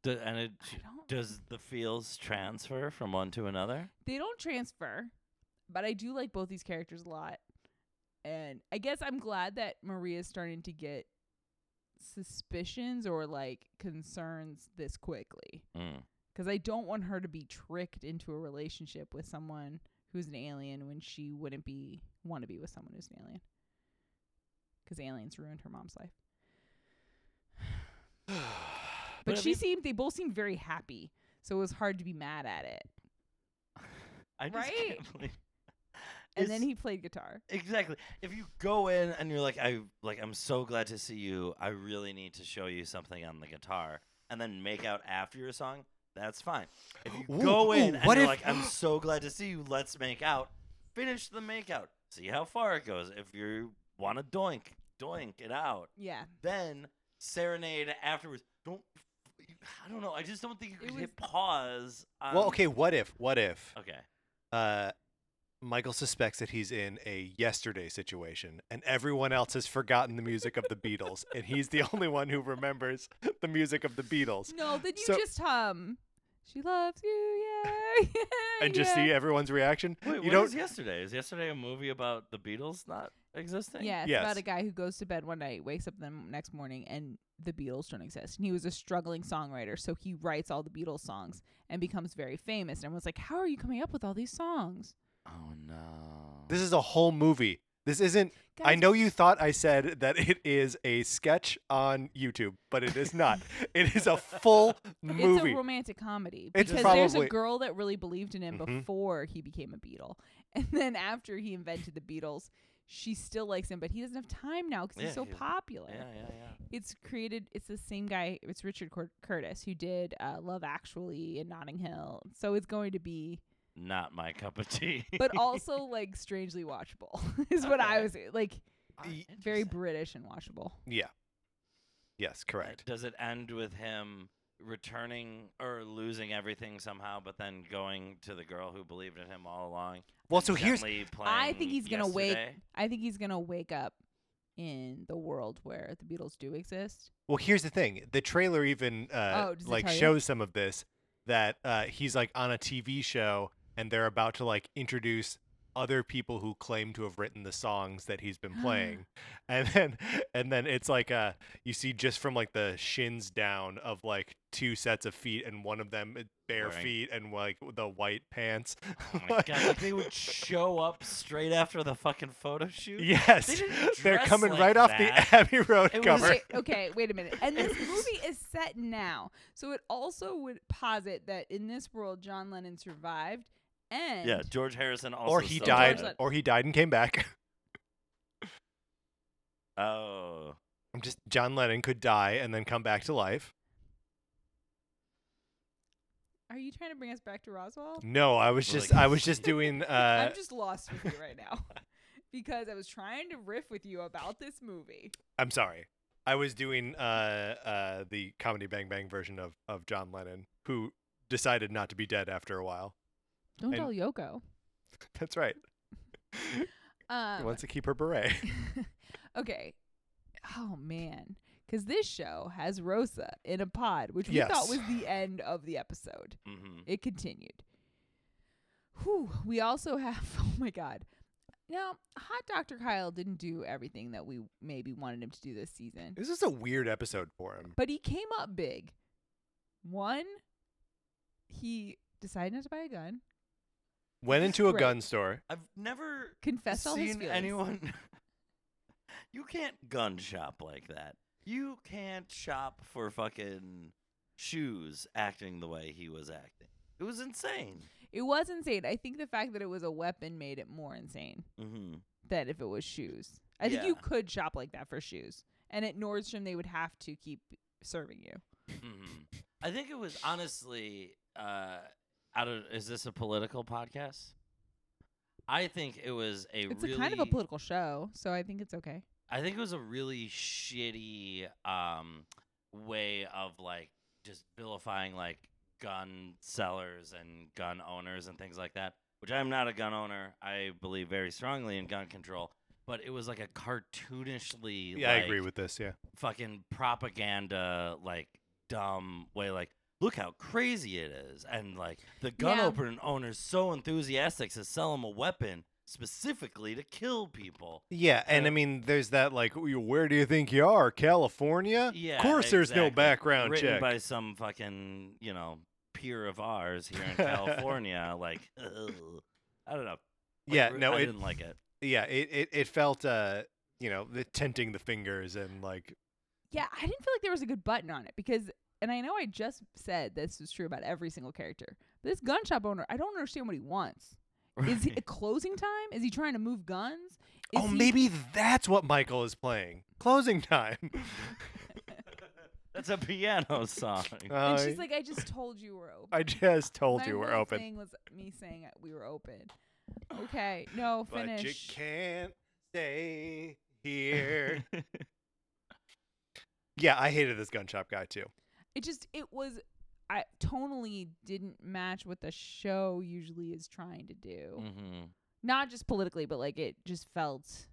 Speaker 2: Do- and it
Speaker 1: I don't
Speaker 2: does the feels transfer from one to another?
Speaker 1: they don't transfer, but I do like both these characters a lot. And I guess I'm glad that Maria's starting to get suspicions or like concerns this quickly.
Speaker 2: Mm.
Speaker 1: 'Cause I don't want her to be tricked into a relationship with someone who's an alien when she wouldn't be want to be with someone who's an alien. 'Cause aliens ruined her mom's life. But,
Speaker 2: But I
Speaker 1: she
Speaker 2: mean-
Speaker 1: seemed they both seemed very happy, so it was hard to be mad at it.
Speaker 2: I just
Speaker 1: Right?
Speaker 2: can't believe.
Speaker 1: and then
Speaker 2: It's-
Speaker 1: he played guitar.
Speaker 2: Exactly. If you go in and you're like, I like, I'm so glad to see you. I really need to show you something on the guitar, and then make out after your song. That's fine. If you
Speaker 3: Ooh,
Speaker 2: go in
Speaker 3: ooh,
Speaker 2: and
Speaker 3: what
Speaker 2: you're
Speaker 3: if-
Speaker 2: like, I'm so glad to see you. Let's make out. Finish the make out. See how far it goes. If you want to doink, doink it out.
Speaker 1: Yeah.
Speaker 2: Then serenade afterwards. Don't. I don't know. I just don't think you
Speaker 1: It
Speaker 2: could
Speaker 1: was-
Speaker 2: hit pause. On,
Speaker 3: well, okay. What if? What if?
Speaker 2: Okay.
Speaker 3: Uh, Michael suspects that he's in a yesterday situation, and everyone else has forgotten the music of the Beatles, and he's the only one who remembers the music of the Beatles.
Speaker 1: No, then you
Speaker 3: So-
Speaker 1: just hum. She loves you, yeah. yeah
Speaker 3: And just
Speaker 1: yeah.
Speaker 3: see everyone's reaction.
Speaker 2: Wait, what
Speaker 3: you
Speaker 2: is
Speaker 3: don't.
Speaker 2: yesterday? Is yesterday a movie about the Beatles not existing?
Speaker 1: Yeah, it's
Speaker 3: Yes.
Speaker 1: about a guy who goes to bed one night, wakes up the m- next morning, and the Beatles don't exist. And he was a struggling songwriter, so he writes all the Beatles songs and becomes very famous. And everyone's like, "How are you coming up with all these songs?"
Speaker 2: Oh no.
Speaker 3: This is a whole movie. This isn't. I
Speaker 1: Guys,
Speaker 3: know you thought I said that it is a sketch on YouTube, but it is not. it is a full
Speaker 1: It's a
Speaker 3: movie.
Speaker 1: romantic comedy
Speaker 3: It's
Speaker 1: because there's a
Speaker 3: probably-
Speaker 1: girl that really believed in him
Speaker 3: Mhm.
Speaker 1: before he became a Beatle, and then after he invented the Beatles, she still likes him, but he doesn't have time now because
Speaker 2: Yeah,
Speaker 1: he's so
Speaker 2: he's-
Speaker 1: popular.
Speaker 2: yeah, yeah, yeah.
Speaker 1: It's created. It's the same guy. It's Richard Cur- Curtis who did uh, Love Actually and Notting Hill. So it's going to be,
Speaker 2: Not my cup of tea.
Speaker 1: but also like strangely watchable is what I
Speaker 2: Okay.
Speaker 1: was like.
Speaker 2: Ah,
Speaker 3: y-
Speaker 1: Very
Speaker 2: interesting.
Speaker 1: British and watchable.
Speaker 3: yeah. Yes, correct.
Speaker 2: Does it end with him returning or losing everything somehow, but then going to the girl who believed in him all along?
Speaker 3: Well,
Speaker 2: and
Speaker 3: so here's
Speaker 2: gently playing
Speaker 1: I think he's gonna wake.
Speaker 2: yesterday?
Speaker 1: I think he's gonna wake up in the world where the Beatles do exist.
Speaker 3: Well, here's the thing. The trailer even uh,
Speaker 1: Oh, does it
Speaker 3: like
Speaker 1: tell you?
Speaker 3: shows some of this that uh, he's like on a TV show and they're about to like introduce other people who claim to have written the songs that he's been playing. and then and then it's like uh you see just from like the shins down of like two sets of feet and one of them is bare
Speaker 2: Wearing-
Speaker 3: feet and like the white pants.
Speaker 2: Oh my god! Like they would show up straight after the fucking photo shoot.
Speaker 3: yes.
Speaker 2: They didn't
Speaker 3: are
Speaker 2: dress
Speaker 3: coming
Speaker 2: like
Speaker 3: right off
Speaker 2: that.
Speaker 3: the Abbey Road
Speaker 2: It was
Speaker 3: cover.
Speaker 2: Sure.
Speaker 1: Wait, okay, wait a minute. And this
Speaker 2: It was-
Speaker 1: movie is set now. So it also would posit that in this world, John Lennon survived and
Speaker 2: Yeah, George Harrison also.
Speaker 3: or he
Speaker 2: still
Speaker 3: died
Speaker 2: did it.
Speaker 3: or he died and came back.
Speaker 2: Oh,
Speaker 3: I'm just John Lennon could die and then come back to life.
Speaker 1: Are you trying to bring us back to Roswell?
Speaker 3: No, I was
Speaker 2: Well,
Speaker 3: just
Speaker 2: like-
Speaker 3: I was just doing uh
Speaker 1: I'm just lost with you right now because I was trying to riff with you about this movie.
Speaker 3: I'm sorry. I was doing uh uh the comedy bang bang version of of John Lennon who decided not to be dead after a while.
Speaker 1: Don't
Speaker 3: And-
Speaker 1: tell Yoko.
Speaker 3: That's right. he
Speaker 1: Um,
Speaker 3: wants to keep her beret.
Speaker 1: okay. Oh man, because this show has Rosa in a pod, which we thought
Speaker 3: Yes.
Speaker 1: was the end of the episode.
Speaker 2: mm-hmm.
Speaker 1: It continued. Whew, we also have, oh my God. Now, Hot Dr. Kyle didn't do everything that we maybe wanted him to do this season,
Speaker 3: this is a weird episode for him.
Speaker 1: but he came up big. One, he decided not to buy a gun,
Speaker 3: Went
Speaker 1: This
Speaker 3: into a
Speaker 1: great.
Speaker 3: gun store.
Speaker 2: I've never
Speaker 1: confessed all his
Speaker 2: seen
Speaker 1: feelings.
Speaker 2: anyone. you can't gun shop like that. You can't shop for fucking shoes acting the way he was acting. It was insane.
Speaker 1: It was insane. I think the fact that it was a weapon made it more insane
Speaker 2: Mm-hmm.
Speaker 1: than if it was shoes. I think you
Speaker 2: Yeah.
Speaker 1: could shop like that for shoes. And at Nordstrom, they would have to keep serving you.
Speaker 2: hmm I think it was honestly uh, out of. Is this a political podcast? I think it was a
Speaker 1: It's
Speaker 2: really
Speaker 1: a kind of a political show, so I think it's okay.
Speaker 2: I think it was a really shitty um way of like just vilifying like gun sellers and gun owners and things like that, which I'm not a gun owner. I believe very strongly in gun control, but it was like a cartoonishly
Speaker 3: Yeah, I agree
Speaker 2: like,
Speaker 3: with this, yeah.
Speaker 2: fucking propaganda like dumb way like look how crazy it is and like the gun
Speaker 1: Yeah.
Speaker 2: opener owner's so enthusiastic to sell him a weapon specifically to kill people
Speaker 3: Yeah, and I mean there's that like where do you think you are? California?
Speaker 2: Yeah.
Speaker 3: Of course there's no
Speaker 2: exactly.
Speaker 3: background
Speaker 2: Written
Speaker 3: check.
Speaker 2: by some fucking, you know, peer of ours here in California. like, ugh. I don't know. Like,
Speaker 3: yeah,
Speaker 2: re-
Speaker 3: no,
Speaker 2: I
Speaker 3: it
Speaker 2: didn't like it.
Speaker 3: yeah, it, it, it felt uh you know, the tenting the fingers and like
Speaker 1: Yeah, I didn't feel like there was a good button on it because, and I know I just said this is true about every single character. But this gun shop owner, I don't understand what he wants. Is he closing time? Is he trying to move guns? Is
Speaker 3: oh,
Speaker 1: he-
Speaker 3: maybe that's what Michael is playing. Closing time.
Speaker 2: That's a piano song.
Speaker 1: And
Speaker 3: Uh,
Speaker 1: she's like, I just told you we're open.
Speaker 3: I just told
Speaker 1: My
Speaker 3: you we're
Speaker 1: whole
Speaker 3: open.
Speaker 1: Thing was me saying that we were open. Okay, no, finish.
Speaker 3: But you can't stay here. yeah, I hated this gun shop guy too.
Speaker 1: it just it was I tonally didn't match what the show usually is trying to do.
Speaker 2: Mhm.
Speaker 1: Not just politically, but like it just felt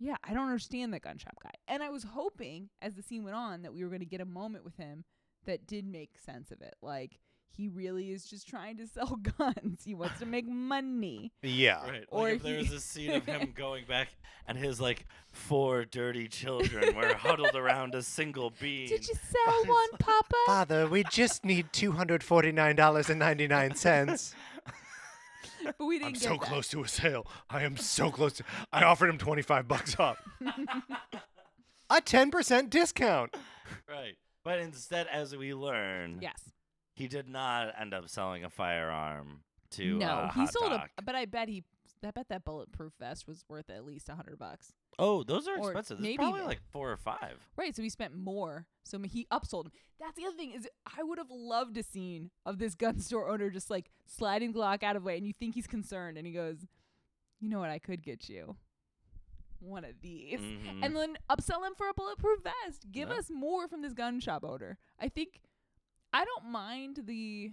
Speaker 1: yeah, I don't understand that gun shop guy. And I was hoping as the scene went on that we were going to get a moment with him that did make sense of it. Like he really is just trying to sell guns. He wants to make money.
Speaker 3: Yeah.
Speaker 2: Right.
Speaker 1: Or
Speaker 2: like if there
Speaker 1: he-
Speaker 2: was a scene of him going back and his like four dirty children were huddled around a single bean.
Speaker 1: Did you sell one, Papa?
Speaker 3: Father, we just need two hundred forty-nine dollars and ninety-nine cents.
Speaker 1: But we didn't
Speaker 3: I'm
Speaker 1: get
Speaker 3: so
Speaker 1: that.
Speaker 3: close to a sale. I am so close. To, I offered him twenty-five bucks off. a ten percent discount.
Speaker 2: right. But instead, as we learn,
Speaker 1: Yes.
Speaker 2: he did not end up selling a firearm to
Speaker 1: no,
Speaker 2: uh,
Speaker 1: he
Speaker 2: Hot
Speaker 1: sold
Speaker 2: Doc.
Speaker 1: a. But I bet he. I bet that bulletproof vest was worth at least a hundred bucks.
Speaker 2: Oh, those are
Speaker 1: or
Speaker 2: expensive. There's
Speaker 1: maybe
Speaker 2: probably
Speaker 1: more.
Speaker 2: like four or five.
Speaker 1: Right, so he spent more. So I mean, he upsold him. That's the other thing is I would have loved a scene of this gun store owner just like sliding Glock out of way, and you think he's concerned, and he goes, "You know what? I could get you one of these."
Speaker 2: Mhm.
Speaker 1: and then upsell him for a bulletproof vest. Give
Speaker 2: Yeah.
Speaker 1: us more from this gun shop owner. I think I don't mind the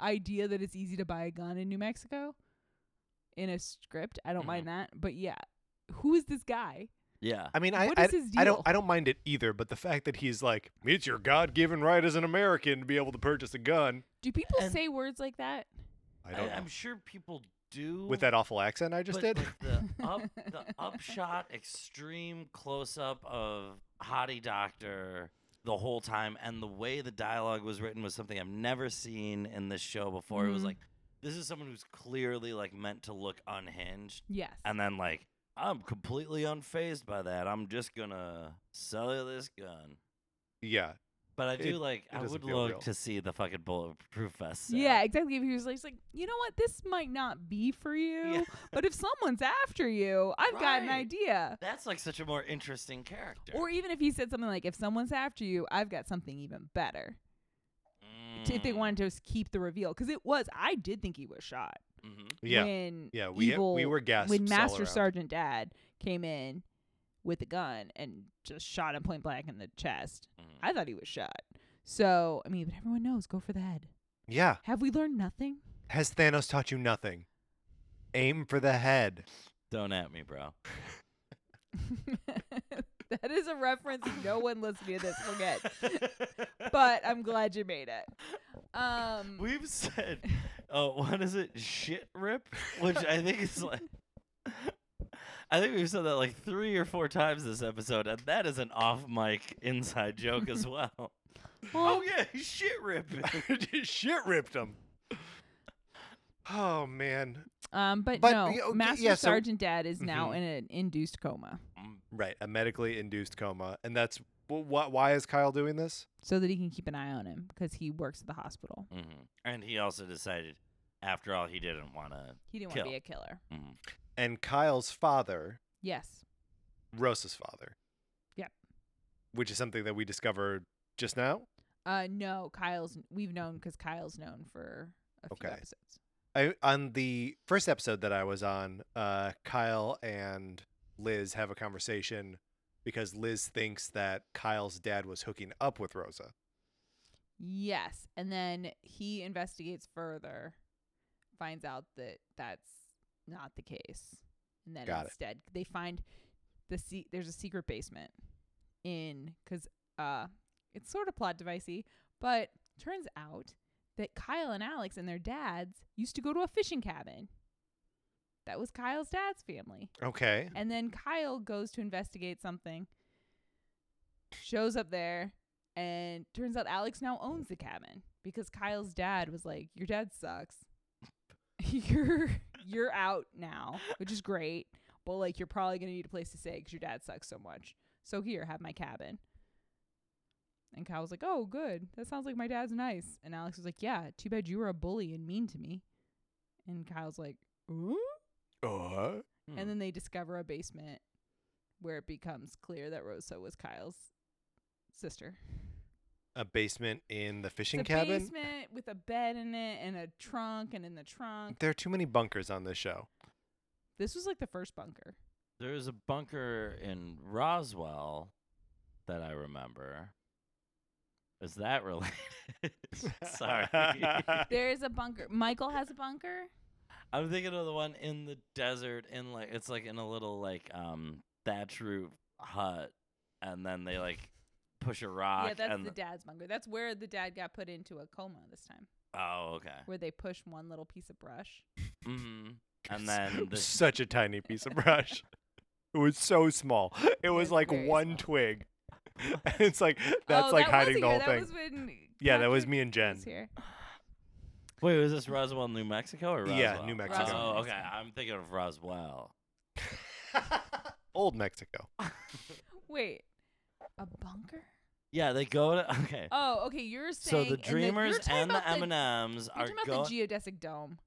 Speaker 1: idea that it's easy to buy a gun in New Mexico in a script. I don't
Speaker 2: Mhm.
Speaker 1: mind that. But yeah, who is this guy?
Speaker 2: yeah.
Speaker 3: I mean, I,
Speaker 1: What
Speaker 3: I,
Speaker 1: is his
Speaker 3: I
Speaker 1: deal?
Speaker 3: don't I don't mind it either. But the fact that he's like, it's your God-given right as an American to be able to purchase a gun.
Speaker 1: Do people
Speaker 2: And-
Speaker 1: say words like that?
Speaker 3: I
Speaker 2: I
Speaker 3: don't know.
Speaker 2: am sure people do.
Speaker 3: With that awful accent I just
Speaker 2: but,
Speaker 3: did.
Speaker 2: like, the, up, the upshot, extreme close up of Hottie Doctor the whole time, and the way the dialogue was written was something I've never seen in this show before. It was
Speaker 1: Mhm.
Speaker 2: like, this is someone who's clearly like meant to look unhinged,
Speaker 1: Yes.
Speaker 2: and then like, I'm completely unfazed by that. I'm just gonna sell you this gun.
Speaker 3: yeah.
Speaker 2: But I do
Speaker 3: It-
Speaker 2: like.
Speaker 3: it
Speaker 2: I
Speaker 3: doesn't
Speaker 2: would
Speaker 3: feel
Speaker 2: look
Speaker 3: real.
Speaker 2: to see the fucking bulletproof vest. sale.
Speaker 1: yeah, exactly. If he was like, he's like, you know what, this might not be for you,
Speaker 2: Yeah.
Speaker 1: but if someone's after you, I've got an
Speaker 2: Right.
Speaker 1: idea.
Speaker 2: that's like such a more interesting character.
Speaker 1: Or even if he said something like, if someone's after you, I've got something even better.
Speaker 2: Mm-hmm,
Speaker 1: t- if
Speaker 2: Mm.
Speaker 1: they wanted to s- keep the reveal because it was I did think he was shot
Speaker 2: hmm
Speaker 3: Yeah.
Speaker 1: when
Speaker 3: Yeah, we- we
Speaker 1: evil,
Speaker 3: were gassed
Speaker 1: when
Speaker 3: all
Speaker 1: Master
Speaker 3: around.
Speaker 1: Sergeant Dad came in with a gun and just shot him point blank in the chest.
Speaker 2: Mhm.
Speaker 1: I thought he was shot. So I mean, but everyone knows go for the head.
Speaker 3: Yeah.
Speaker 1: Have we learned nothing?
Speaker 3: Has Thanos taught you nothing? Aim for the head.
Speaker 2: Don't at me, bro.
Speaker 1: that is a reference no one listening to this will get, but I'm glad you made it. Um,
Speaker 2: We've said, oh, what is it? Shit rip, which I think is like, I think we've said that like three or four times this episode, and that is an off mic inside joke as well.
Speaker 1: well,
Speaker 2: oh yeah, he's shit ripping.
Speaker 3: Just shit ripped him. Oh man.
Speaker 1: um, but,
Speaker 3: But,
Speaker 1: no,
Speaker 3: yeah, okay,
Speaker 1: Master
Speaker 3: yeah, so-
Speaker 1: Sergeant Dad is now
Speaker 3: Mhm.
Speaker 1: in an induced coma.
Speaker 3: Right, a medically induced coma, and that's wh- wh- why is Kyle doing this?
Speaker 1: so that he can keep an eye on him because he works at the hospital.
Speaker 2: hmm And he also decided, after all, he didn't want to.
Speaker 1: He didn't
Speaker 2: Kill.
Speaker 1: want to be a killer.
Speaker 3: And Kyle's father,
Speaker 1: Yes.
Speaker 3: Rosa's father.
Speaker 1: Yep.
Speaker 3: Which is something that we discovered just now.
Speaker 1: Uh, no, Kyle's. We've known because Kyle's known for a few
Speaker 3: Okay.
Speaker 1: episodes.
Speaker 3: I on the first episode that I was on, uh, Kyle and Liz have a conversation because Liz thinks that Kyle's dad was hooking up with Rosa.
Speaker 1: Yes, and then he investigates further, finds out that that's not the case, and then
Speaker 3: Got it.
Speaker 1: instead they find the se- there's a secret basement in because uh it's sort of plot devicey, but turns out that Kyle and Alex and their dads used to go to a fishing cabin. That was Kyle's dad's family.
Speaker 3: Okay.
Speaker 1: And then Kyle goes to investigate something, shows up there, and turns out Alex now owns the cabin because Kyle's dad was like, Your dad sucks. you're you're out now, which is great. But like you're probably gonna need a place to stay because your dad sucks so much. So here, have my cabin. And Kyle was like, "Oh, good. That sounds like my dad's nice." And Alex was like, "Yeah, too bad you were a bully and mean to me." And Kyle's like, Ooh.
Speaker 3: Uh,
Speaker 2: Hmm.
Speaker 1: And then they discover a basement where it becomes clear that Rosa was Kyle's sister.
Speaker 3: a basement in the fishing
Speaker 1: It's a
Speaker 3: cabin.
Speaker 1: basement with a bed in it and a trunk, and in the trunk,
Speaker 3: There are too many bunkers on this show.
Speaker 1: this was like the first bunker.
Speaker 2: There was a bunker in Roswell that I remember. Is that related? Sorry.
Speaker 1: There's a bunker. Michael has a bunker.
Speaker 2: I'm thinking of the one in the desert in like it's like in a little like um thatch roof hut and then they like push a rock
Speaker 1: yeah, that's
Speaker 2: and
Speaker 1: the dad's bunker. That's where the dad got put into a coma this time,
Speaker 2: Oh, okay.
Speaker 1: where they push one little piece of brush.
Speaker 2: hmm And then the
Speaker 3: such a tiny piece of brush. It was so small. It was
Speaker 1: was
Speaker 3: like
Speaker 1: very
Speaker 3: one
Speaker 1: small.
Speaker 3: twig. it's like that's
Speaker 1: Oh,
Speaker 3: like
Speaker 1: that
Speaker 3: hiding
Speaker 1: was
Speaker 3: the whole
Speaker 1: here. That
Speaker 3: thing.
Speaker 1: was when
Speaker 3: yeah, that was
Speaker 1: Patrick
Speaker 3: me and Jen.
Speaker 1: was here.
Speaker 2: Wait, was this Roswell, New Mexico or Roswell?
Speaker 3: Yeah, New Mexico.
Speaker 2: Oh,
Speaker 1: Roswell,
Speaker 2: okay.
Speaker 1: Mexico.
Speaker 2: I'm thinking of Roswell.
Speaker 3: Old Mexico.
Speaker 1: Wait, a bunker?
Speaker 2: Yeah, they go to okay.
Speaker 1: Oh, okay. You're
Speaker 2: so
Speaker 1: saying
Speaker 2: the Dreamers and the M and M's
Speaker 1: You're
Speaker 2: are
Speaker 1: talking about
Speaker 2: going.
Speaker 1: the geodesic dome.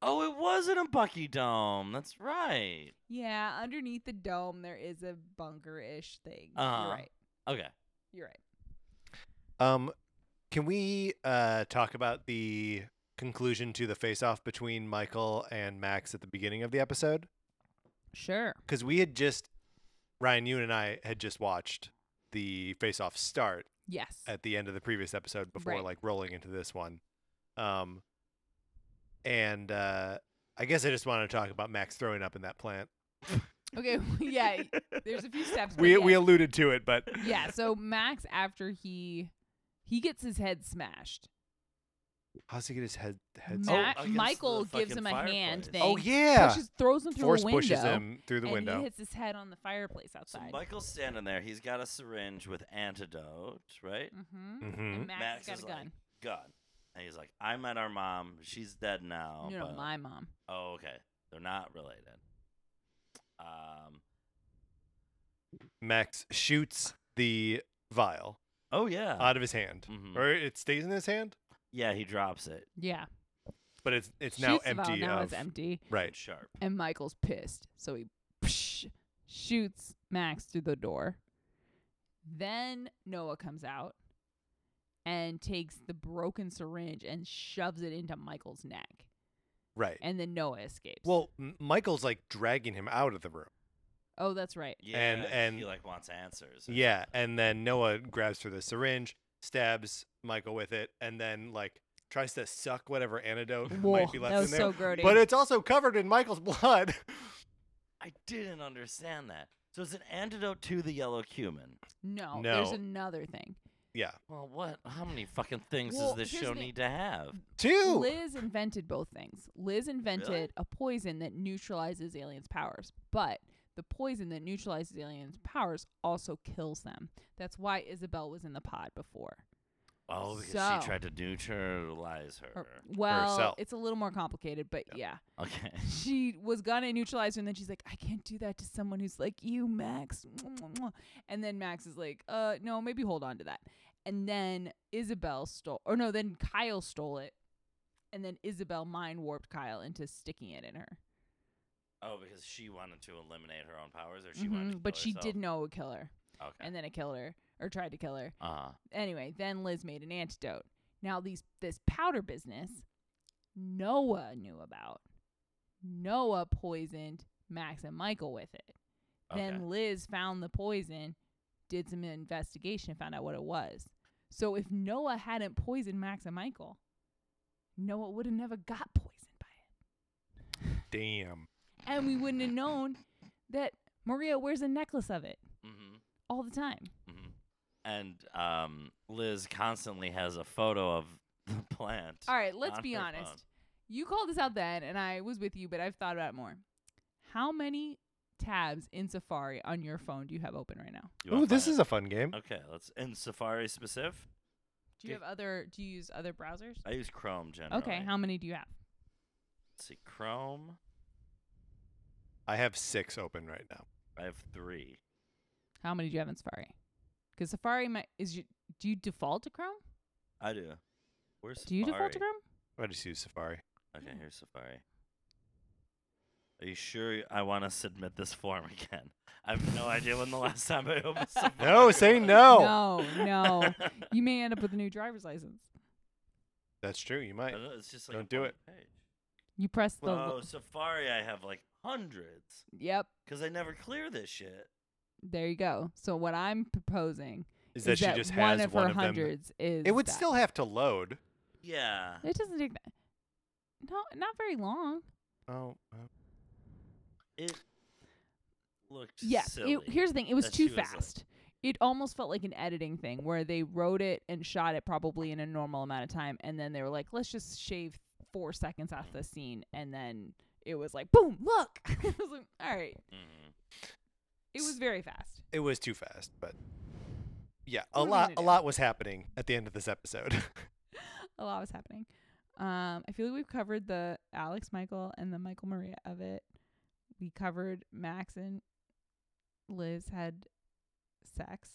Speaker 2: oh, it was in a Bucky Dome. That's right.
Speaker 1: Yeah, underneath the dome there is a bunker-ish thing.
Speaker 2: Uh-huh.
Speaker 1: You're right.
Speaker 2: Okay.
Speaker 1: You're right.
Speaker 3: Um, can we uh talk about the conclusion to the face-off between Michael and Max at the beginning of the episode?
Speaker 1: Sure.
Speaker 3: Because we had just Ryan, you and I had just watched the face-off start
Speaker 1: Yes.
Speaker 3: at the end of the previous episode before
Speaker 1: Right.
Speaker 3: like rolling into this one. Um and uh I guess I just wanted to talk about Max throwing up in that plant.
Speaker 1: okay. yeah. There's a few steps. but
Speaker 3: we
Speaker 1: Oh, yeah.
Speaker 3: we alluded to it, but
Speaker 1: yeah. So Max, after he he gets his head smashed,
Speaker 3: how's he get his head head
Speaker 2: Oh,
Speaker 1: Ma-
Speaker 2: against the
Speaker 1: Michael gives
Speaker 2: fucking
Speaker 1: him a hand
Speaker 2: fireplace.
Speaker 1: thing.
Speaker 3: Oh yeah.
Speaker 1: pushes, throws him through
Speaker 3: Force
Speaker 1: a window,
Speaker 3: pushes him through the
Speaker 1: and
Speaker 3: window.
Speaker 1: he hits his head on the fireplace
Speaker 2: So
Speaker 1: outside.
Speaker 2: Michael's standing there. He's got a syringe with antidote, right?
Speaker 1: mm-hmm.
Speaker 3: hmm
Speaker 1: And Max,
Speaker 2: Max
Speaker 1: has
Speaker 2: is
Speaker 1: got a gun.
Speaker 2: Gun. And he's like, I met our mom. She's dead now.
Speaker 1: you know,
Speaker 2: but-
Speaker 1: my mom.
Speaker 2: Oh, okay. They're not related. Um.
Speaker 3: Max shoots the vial
Speaker 2: Oh yeah.
Speaker 3: out of his hand,
Speaker 2: Mhm.
Speaker 3: or it stays in his hand,
Speaker 2: Yeah, he drops it.
Speaker 1: Yeah.
Speaker 3: but it's it's now
Speaker 1: Shoots the vial,
Speaker 3: empty.
Speaker 1: Now
Speaker 3: of,
Speaker 1: it's empty.
Speaker 3: Right.
Speaker 2: Sharp.
Speaker 1: And Michael's pissed, so he psh, shoots Max through the door. Then Noah comes out and takes the broken syringe and shoves it into Michael's neck,
Speaker 3: Right.
Speaker 1: and then Noah escapes.
Speaker 3: Well, M- Michael's like dragging him out of the room.
Speaker 1: oh, that's right.
Speaker 2: Yeah.
Speaker 3: And- and-
Speaker 2: he like wants answers. or
Speaker 3: Yeah,
Speaker 2: something.
Speaker 3: and then Noah grabs for the syringe, stabs Michael with it, and then like tries to suck whatever antidote might be
Speaker 1: Woah,
Speaker 3: left
Speaker 1: that
Speaker 3: in
Speaker 1: was
Speaker 3: there.
Speaker 1: so grody.
Speaker 3: but it's also covered in Michael's blood.
Speaker 2: I didn't understand that. So it's an antidote to the yellow cumin.
Speaker 1: no,
Speaker 3: No.
Speaker 1: there's another thing.
Speaker 3: yeah,
Speaker 2: Well, what? How many fucking things
Speaker 1: Well,
Speaker 2: does this
Speaker 1: here's
Speaker 2: show
Speaker 1: the-
Speaker 2: need to have?
Speaker 3: two.
Speaker 1: Liz invented both things. Liz invented a poison that neutralizes aliens' powers, but the poison that neutralizes aliens' powers also kills them. That's why Isabel was in the pod before.
Speaker 2: Oh, because
Speaker 1: So-
Speaker 2: she tried to neutralize her.
Speaker 1: Or- well,
Speaker 3: Herself.
Speaker 1: it's a little more complicated, but yeah.
Speaker 2: Okay.
Speaker 1: She was gonna neutralize her, and then she's like, "I can't do that to someone who's like you, Max." And then Max is like, "Uh, no, maybe hold on to that." And then Isabel stole, or no, then Kyle stole it, and then Isabel mind warped Kyle into sticking it in her.
Speaker 2: Oh, because she wanted to eliminate her own powers, or she wanted
Speaker 1: Mhm,
Speaker 2: to
Speaker 1: but
Speaker 2: kill
Speaker 1: she
Speaker 2: herself?
Speaker 1: didn't know it would kill her,
Speaker 2: Okay.
Speaker 1: and then it killed her or tried to kill her.
Speaker 2: uh-huh.
Speaker 1: Anyway, then Liz made an antidote. Now these this powder business Noah knew about. Noah poisoned Max and Michael with it.
Speaker 2: Okay.
Speaker 1: Then Liz found the poison, did some investigation, found out what it was. So if Noah hadn't poisoned Max and Michael, Noah would have never got poisoned by it.
Speaker 3: Damn.
Speaker 1: And we wouldn't have known that Maria wears a necklace of it
Speaker 2: Mm-hmm.
Speaker 1: all the time.
Speaker 2: Mm-hmm. And um, Liz constantly has a photo of the plant.
Speaker 1: All right, let's
Speaker 2: on
Speaker 1: be
Speaker 2: her
Speaker 1: honest.
Speaker 2: phone.
Speaker 1: You called this out then, and I was with you, but I've thought about it more. How many tabs in Safari on your phone do you have open right now?
Speaker 2: You wanna
Speaker 3: Ooh, this
Speaker 2: play
Speaker 3: is
Speaker 2: it?
Speaker 3: a fun game.
Speaker 2: Okay, let's. In Safari specific,
Speaker 1: Do you
Speaker 2: Dude.
Speaker 1: have other? Do you use other browsers?
Speaker 2: I use Chrome generally.
Speaker 1: Okay, how many do you have?
Speaker 2: Let's see, Chrome.
Speaker 3: I have six open right now.
Speaker 2: I have three.
Speaker 1: How many do you have in Safari? Because Safari might, is you. Do you default to Chrome?
Speaker 2: I do. Where's
Speaker 1: Do you default to
Speaker 2: Safari?
Speaker 1: Chrome?
Speaker 3: I just use Safari.
Speaker 2: Okay, here's Safari. Are you sure you- I want to submit this form again? I have no idea when the last time I opened some.
Speaker 3: No, say no.
Speaker 1: No, no. You may end up with a new driver's license.
Speaker 3: That's true. You
Speaker 2: I
Speaker 3: might.
Speaker 2: don't know, it's just like
Speaker 3: Don't
Speaker 2: up
Speaker 3: do
Speaker 2: on
Speaker 3: it.
Speaker 2: the page.
Speaker 1: You press the.
Speaker 2: Well,
Speaker 1: l-
Speaker 2: Safari, I have like hundreds
Speaker 1: yep.
Speaker 2: because I never clear this shit.
Speaker 1: There you go. So what I'm proposing
Speaker 3: Is that she
Speaker 1: that
Speaker 3: just
Speaker 1: one
Speaker 3: has
Speaker 1: of
Speaker 3: one
Speaker 1: her
Speaker 3: of them?
Speaker 1: hundreds is.
Speaker 3: It would
Speaker 1: that.
Speaker 3: still have to load.
Speaker 2: Yeah.
Speaker 1: It doesn't take that. No, not very long.
Speaker 3: Oh, uh,
Speaker 2: It looked
Speaker 1: Yeah.
Speaker 2: silly.
Speaker 1: It, here's the thing. It was
Speaker 2: that
Speaker 1: too
Speaker 2: she was like-
Speaker 1: fast. it almost felt like an editing thing where they wrote it and shot it probably in a normal amount of time, and then they were like, let's just shave four seconds off the scene, and then it was like, boom, look. I was like, all right.
Speaker 2: Mhm.
Speaker 1: It was very fast.
Speaker 3: it was too fast, but yeah,
Speaker 1: What
Speaker 3: a
Speaker 1: are we
Speaker 3: lot
Speaker 1: gonna
Speaker 3: a
Speaker 1: do?
Speaker 3: lot was happening at the end of this episode.
Speaker 1: A lot was happening. Um, I feel like we've covered the Alex Michael and the Michael Maria of it. We covered Max and Liz had sex.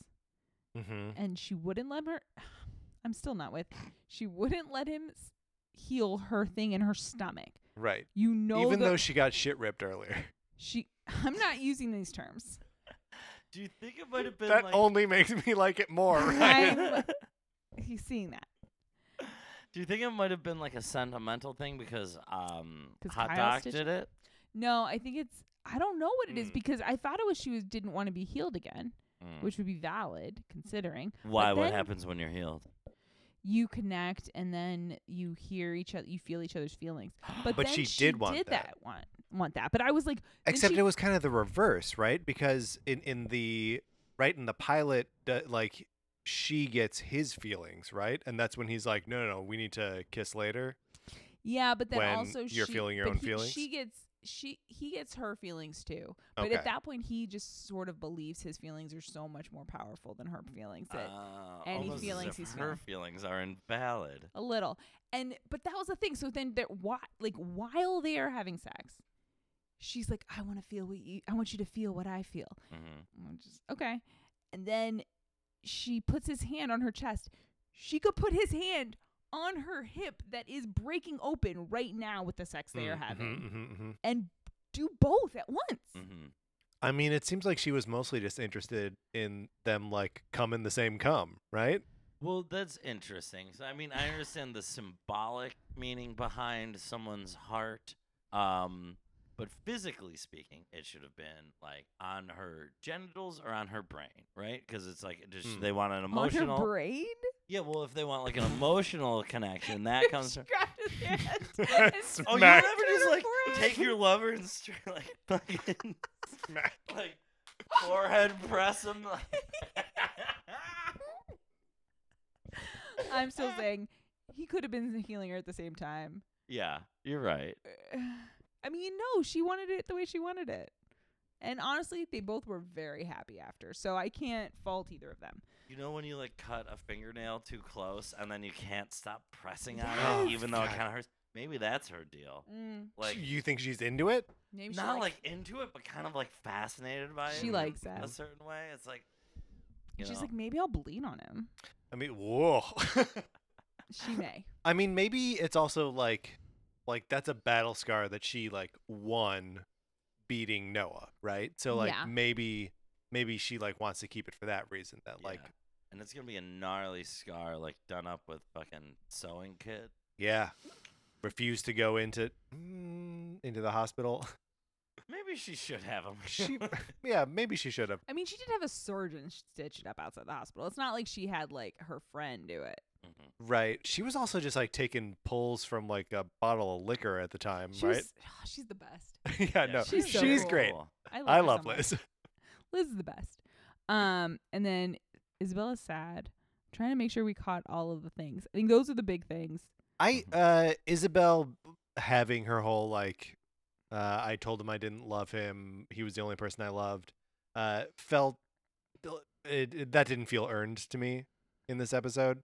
Speaker 3: mm-hmm.
Speaker 1: and she wouldn't let her I'm still not with she wouldn't let him s- heal her thing in her stomach.
Speaker 3: Right.
Speaker 1: You know
Speaker 3: Even
Speaker 1: the-
Speaker 3: though she got shit ripped earlier,
Speaker 1: she I'm not using these terms.
Speaker 2: Do you think it might have been
Speaker 3: that
Speaker 2: like?
Speaker 3: only makes me like it more. Right?
Speaker 1: I'm he's seeing that
Speaker 2: Do you think it might have been like a sentimental thing because um
Speaker 1: 'Cause
Speaker 2: Hot
Speaker 1: Kyle
Speaker 2: Doc
Speaker 1: Stitch-
Speaker 2: did it?
Speaker 1: no I think it's I don't know what it is
Speaker 2: Mm.
Speaker 1: because I thought it was she was didn't want to be healed again,
Speaker 2: Mm.
Speaker 1: which would be valid considering
Speaker 2: Why?
Speaker 1: but
Speaker 2: What
Speaker 1: then-
Speaker 2: happens when you're healed?
Speaker 1: you connect and then you hear each other you feel each other's feelings. But,
Speaker 3: But
Speaker 1: then
Speaker 3: she did want
Speaker 1: did
Speaker 3: that.
Speaker 1: want want that. But I was like then
Speaker 3: Except
Speaker 1: she-
Speaker 3: it was kind of the reverse, right? Because in in the right in the pilot, d- like she gets his feelings, right? And that's when he's like, "No, no, no we need to kiss later."
Speaker 1: Yeah, but then
Speaker 3: when
Speaker 1: also
Speaker 3: you're
Speaker 1: she,
Speaker 3: feeling your
Speaker 1: but
Speaker 3: own
Speaker 1: he-
Speaker 3: feelings?
Speaker 1: She gets she he gets her feelings too. But
Speaker 3: Okay.
Speaker 1: at that point he just sort of believes his feelings are so much more powerful than her feelings that,
Speaker 2: Uh,
Speaker 1: any
Speaker 2: almost as
Speaker 1: feelings
Speaker 2: if
Speaker 1: he's
Speaker 2: her feelings are invalid.
Speaker 1: a little. And but that was the thing. So then that why like while they are having sex, she's like, I wanna feel what you I want you to feel what I feel.
Speaker 2: hmm
Speaker 1: And I'm just okay. And then she puts his hand on her chest. She could put his hand on her hip that is breaking open right now with the sex they are
Speaker 3: Mm,
Speaker 1: having.
Speaker 3: mhm, mhm, mhm.
Speaker 1: and do both at once.
Speaker 2: hmm
Speaker 3: I mean, it seems like she was mostly just interested in them like come in the same cum, right?
Speaker 2: Well, that's interesting. So, I mean, I understand the symbolic meaning behind someone's heart, um, but physically speaking, it should have been like on her genitals or on her brain, right? Because it's like does she-
Speaker 3: Hmm.
Speaker 2: they want an
Speaker 1: On her
Speaker 2: emotional.
Speaker 1: brain?
Speaker 2: Yeah, well, if they want like an emotional connection, that comes. From-
Speaker 1: Grabbed his hand and
Speaker 3: Smack.
Speaker 2: oh, you
Speaker 3: Smack.
Speaker 2: ever just
Speaker 1: her
Speaker 2: like
Speaker 1: brain.
Speaker 2: take your lover and straight like fucking like forehead press him like.
Speaker 1: I'm still saying he could have been healing her at the same time.
Speaker 2: yeah, you're right.
Speaker 1: I mean, no, she wanted it the way she wanted it. And honestly, they both were very happy after. So I can't fault either of them.
Speaker 2: You know when you like cut a fingernail too close and then you can't stop pressing on
Speaker 3: Yes.
Speaker 2: it even though it
Speaker 3: Oh, God.
Speaker 2: kind of hurts? Maybe that's her deal.
Speaker 1: Mm,
Speaker 2: Like
Speaker 3: you think she's into it?
Speaker 1: maybe
Speaker 2: not
Speaker 1: she
Speaker 2: like
Speaker 1: likes,
Speaker 2: into it, but kind of like fascinated by it.
Speaker 1: She
Speaker 2: in
Speaker 1: likes
Speaker 2: a
Speaker 1: that.
Speaker 2: certain way. It's like you
Speaker 1: she's
Speaker 2: know.
Speaker 1: like, maybe I'll bleed on him.
Speaker 3: I mean, whoa.
Speaker 1: She may.
Speaker 3: I mean, maybe it's also like like that's a battle scar that she like won beating Noah, right? So like
Speaker 1: Yeah.
Speaker 3: maybe maybe she like wants to keep it for that reason that like
Speaker 2: Yeah. and it's gonna be a gnarly scar, like done up with fucking sewing kit.
Speaker 3: yeah, refused to go into mm, into the hospital.
Speaker 2: Maybe she should have them.
Speaker 3: She- yeah, maybe she should have.
Speaker 1: I mean, she did have a surgeon stitch it up outside the hospital. It's not like she had like her friend do it.
Speaker 3: Right. She was also just like taking pulls from like a bottle of liquor at the time,
Speaker 1: She
Speaker 3: right?
Speaker 1: was- oh, she's the best.
Speaker 3: yeah, no.
Speaker 1: she's so
Speaker 3: she's
Speaker 1: cool. I
Speaker 3: great.
Speaker 1: love,
Speaker 3: I
Speaker 1: her so
Speaker 3: love
Speaker 1: much.
Speaker 3: Liz.
Speaker 1: Liz is the best. Um, and then Isabella's sad. trying to make sure we caught all of the things. I think those are the big things. Mm-hmm.
Speaker 3: I uh Isabel b- having her whole like uh I told him I didn't love him. He was the only person I loved. Uh felt uh, it, it- that didn't feel earned to me in this episode.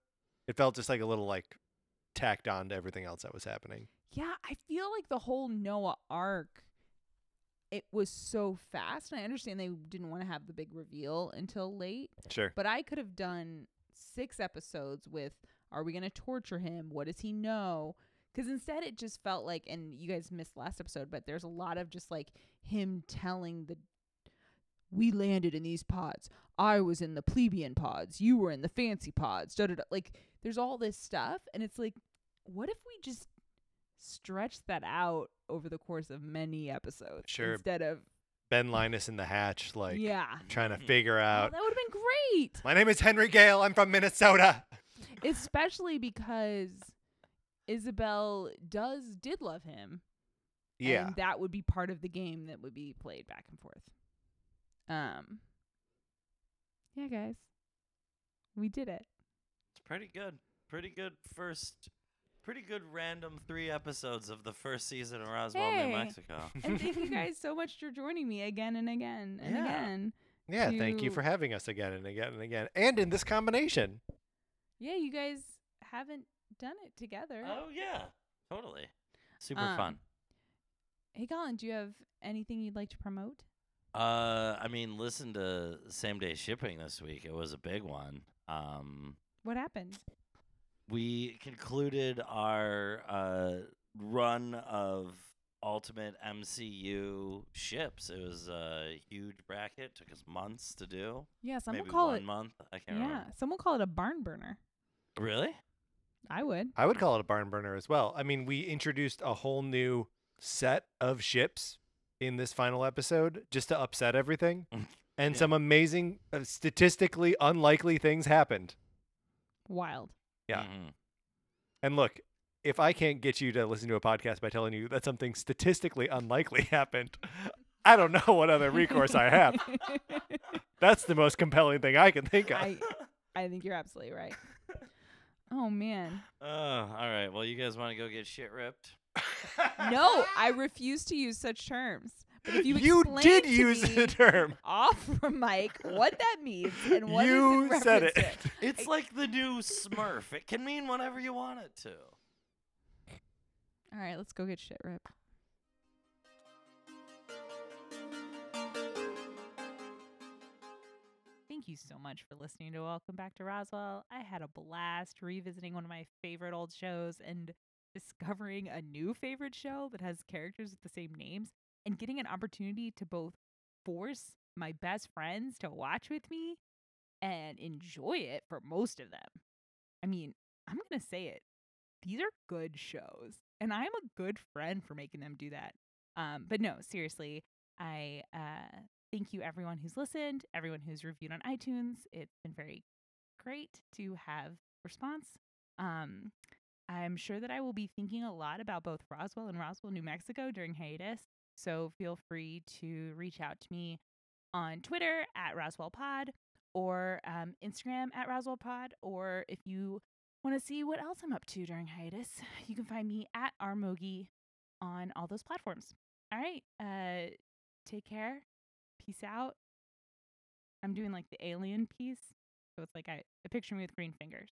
Speaker 3: It felt just like a little like tacked on to everything else that was happening.
Speaker 1: Yeah, I feel like the whole Noah arc, it was so fast. And I understand they didn't want to have the big reveal until late,
Speaker 3: Sure.
Speaker 1: but I could have done six episodes with are we going to torture him? What does he know? 'Cause Because instead, it just felt like, and you guys missed last episode, but there's a lot of just like him telling the we landed in these pods. I was in the plebeian pods. You were in the fancy pods. Da, da, da. Like, there's all this stuff. And it's like, what if we just stretch that out over the course of many episodes
Speaker 3: Sure.
Speaker 1: instead of,
Speaker 3: Ben Linus in the hatch, like
Speaker 1: yeah.
Speaker 3: trying to figure
Speaker 1: Oh,
Speaker 3: out.
Speaker 1: that would have been great.
Speaker 3: My name is Henry Gale. I'm from Minnesota.
Speaker 1: especially because Isabel does did love him.
Speaker 3: Yeah.
Speaker 1: and that would be part of the game that would be played back and forth. Um, yeah, guys, we did it.
Speaker 2: It's pretty good. Pretty good first. Pretty good random three episodes of the first season of Roswell,
Speaker 1: Hey.
Speaker 2: New Mexico.
Speaker 1: And thank you guys so much for joining me again and again and
Speaker 2: Yeah.
Speaker 1: again.
Speaker 3: yeah. Thank you
Speaker 1: to-
Speaker 3: for having us again and again and again, and in this combination.
Speaker 1: Yeah, you guys haven't done it together.
Speaker 2: Oh yeah, totally. Super
Speaker 1: Um,
Speaker 2: fun.
Speaker 1: Hey, Colin, do you have anything you'd like to promote?
Speaker 2: Uh, I mean, listen to same day shipping this week. It was a big one. Um,
Speaker 1: What happened?
Speaker 2: we concluded our uh, run of ultimate MCU ships. It was a huge bracket. Took us months to do.
Speaker 1: Yeah, some will
Speaker 2: Maybe
Speaker 1: call
Speaker 2: one
Speaker 1: it.
Speaker 2: month. I can't
Speaker 1: Yeah,
Speaker 2: remember.
Speaker 1: some will call it a barn burner.
Speaker 2: Really?
Speaker 1: I would.
Speaker 3: I would call it a barn burner as well. I mean, we introduced a whole new set of ships in this final episode just to upset everything. And
Speaker 2: Yeah.
Speaker 3: some amazing, uh, statistically unlikely things happened.
Speaker 1: Wild.
Speaker 3: Yeah.
Speaker 2: Mhm.
Speaker 3: And look, if I can't get you to listen to a podcast by telling you that something statistically unlikely happened, I don't know what other recourse I have. That's the most compelling thing I can think of.
Speaker 1: I, I think you're absolutely right. Oh man.
Speaker 2: Oh, all right. Well, you guys want to go get shit ripped?
Speaker 1: No, I refuse to use such terms. But if you, explain
Speaker 3: did
Speaker 1: to
Speaker 3: use
Speaker 1: me
Speaker 3: the term.
Speaker 1: off from Mike what that means and what is
Speaker 3: you
Speaker 1: in
Speaker 3: said
Speaker 1: reference
Speaker 3: it.
Speaker 1: to.
Speaker 2: It's like the new Smurf. It can mean whatever you want it to.
Speaker 1: All right, let's go get shit ripped.
Speaker 4: Thank you so much for listening to Welcome Back to Roswell. I had a blast revisiting one of my favorite old shows and discovering a new favorite show that has characters with the same names and getting an opportunity to both force my best friends to watch with me and enjoy it for most of them. I mean, I'm going to say it. These are good shows, and I'm a good friend for making them do that. Um, but no, seriously, I uh, thank you everyone who's listened, everyone who's reviewed on iTunes. It's been very great to have response. Um, I'm sure that I will be thinking a lot about both Roswell and Roswell, New Mexico during hiatus. So feel free to reach out to me on Twitter at RoswellPod or um, Instagram at RoswellPod. Or if you want to see what else I'm up to during hiatus, you can find me at Armogi on all those platforms. All right. Uh, take care peace out. I'm doing like the alien piece. So it's like I, I picture me with green fingers.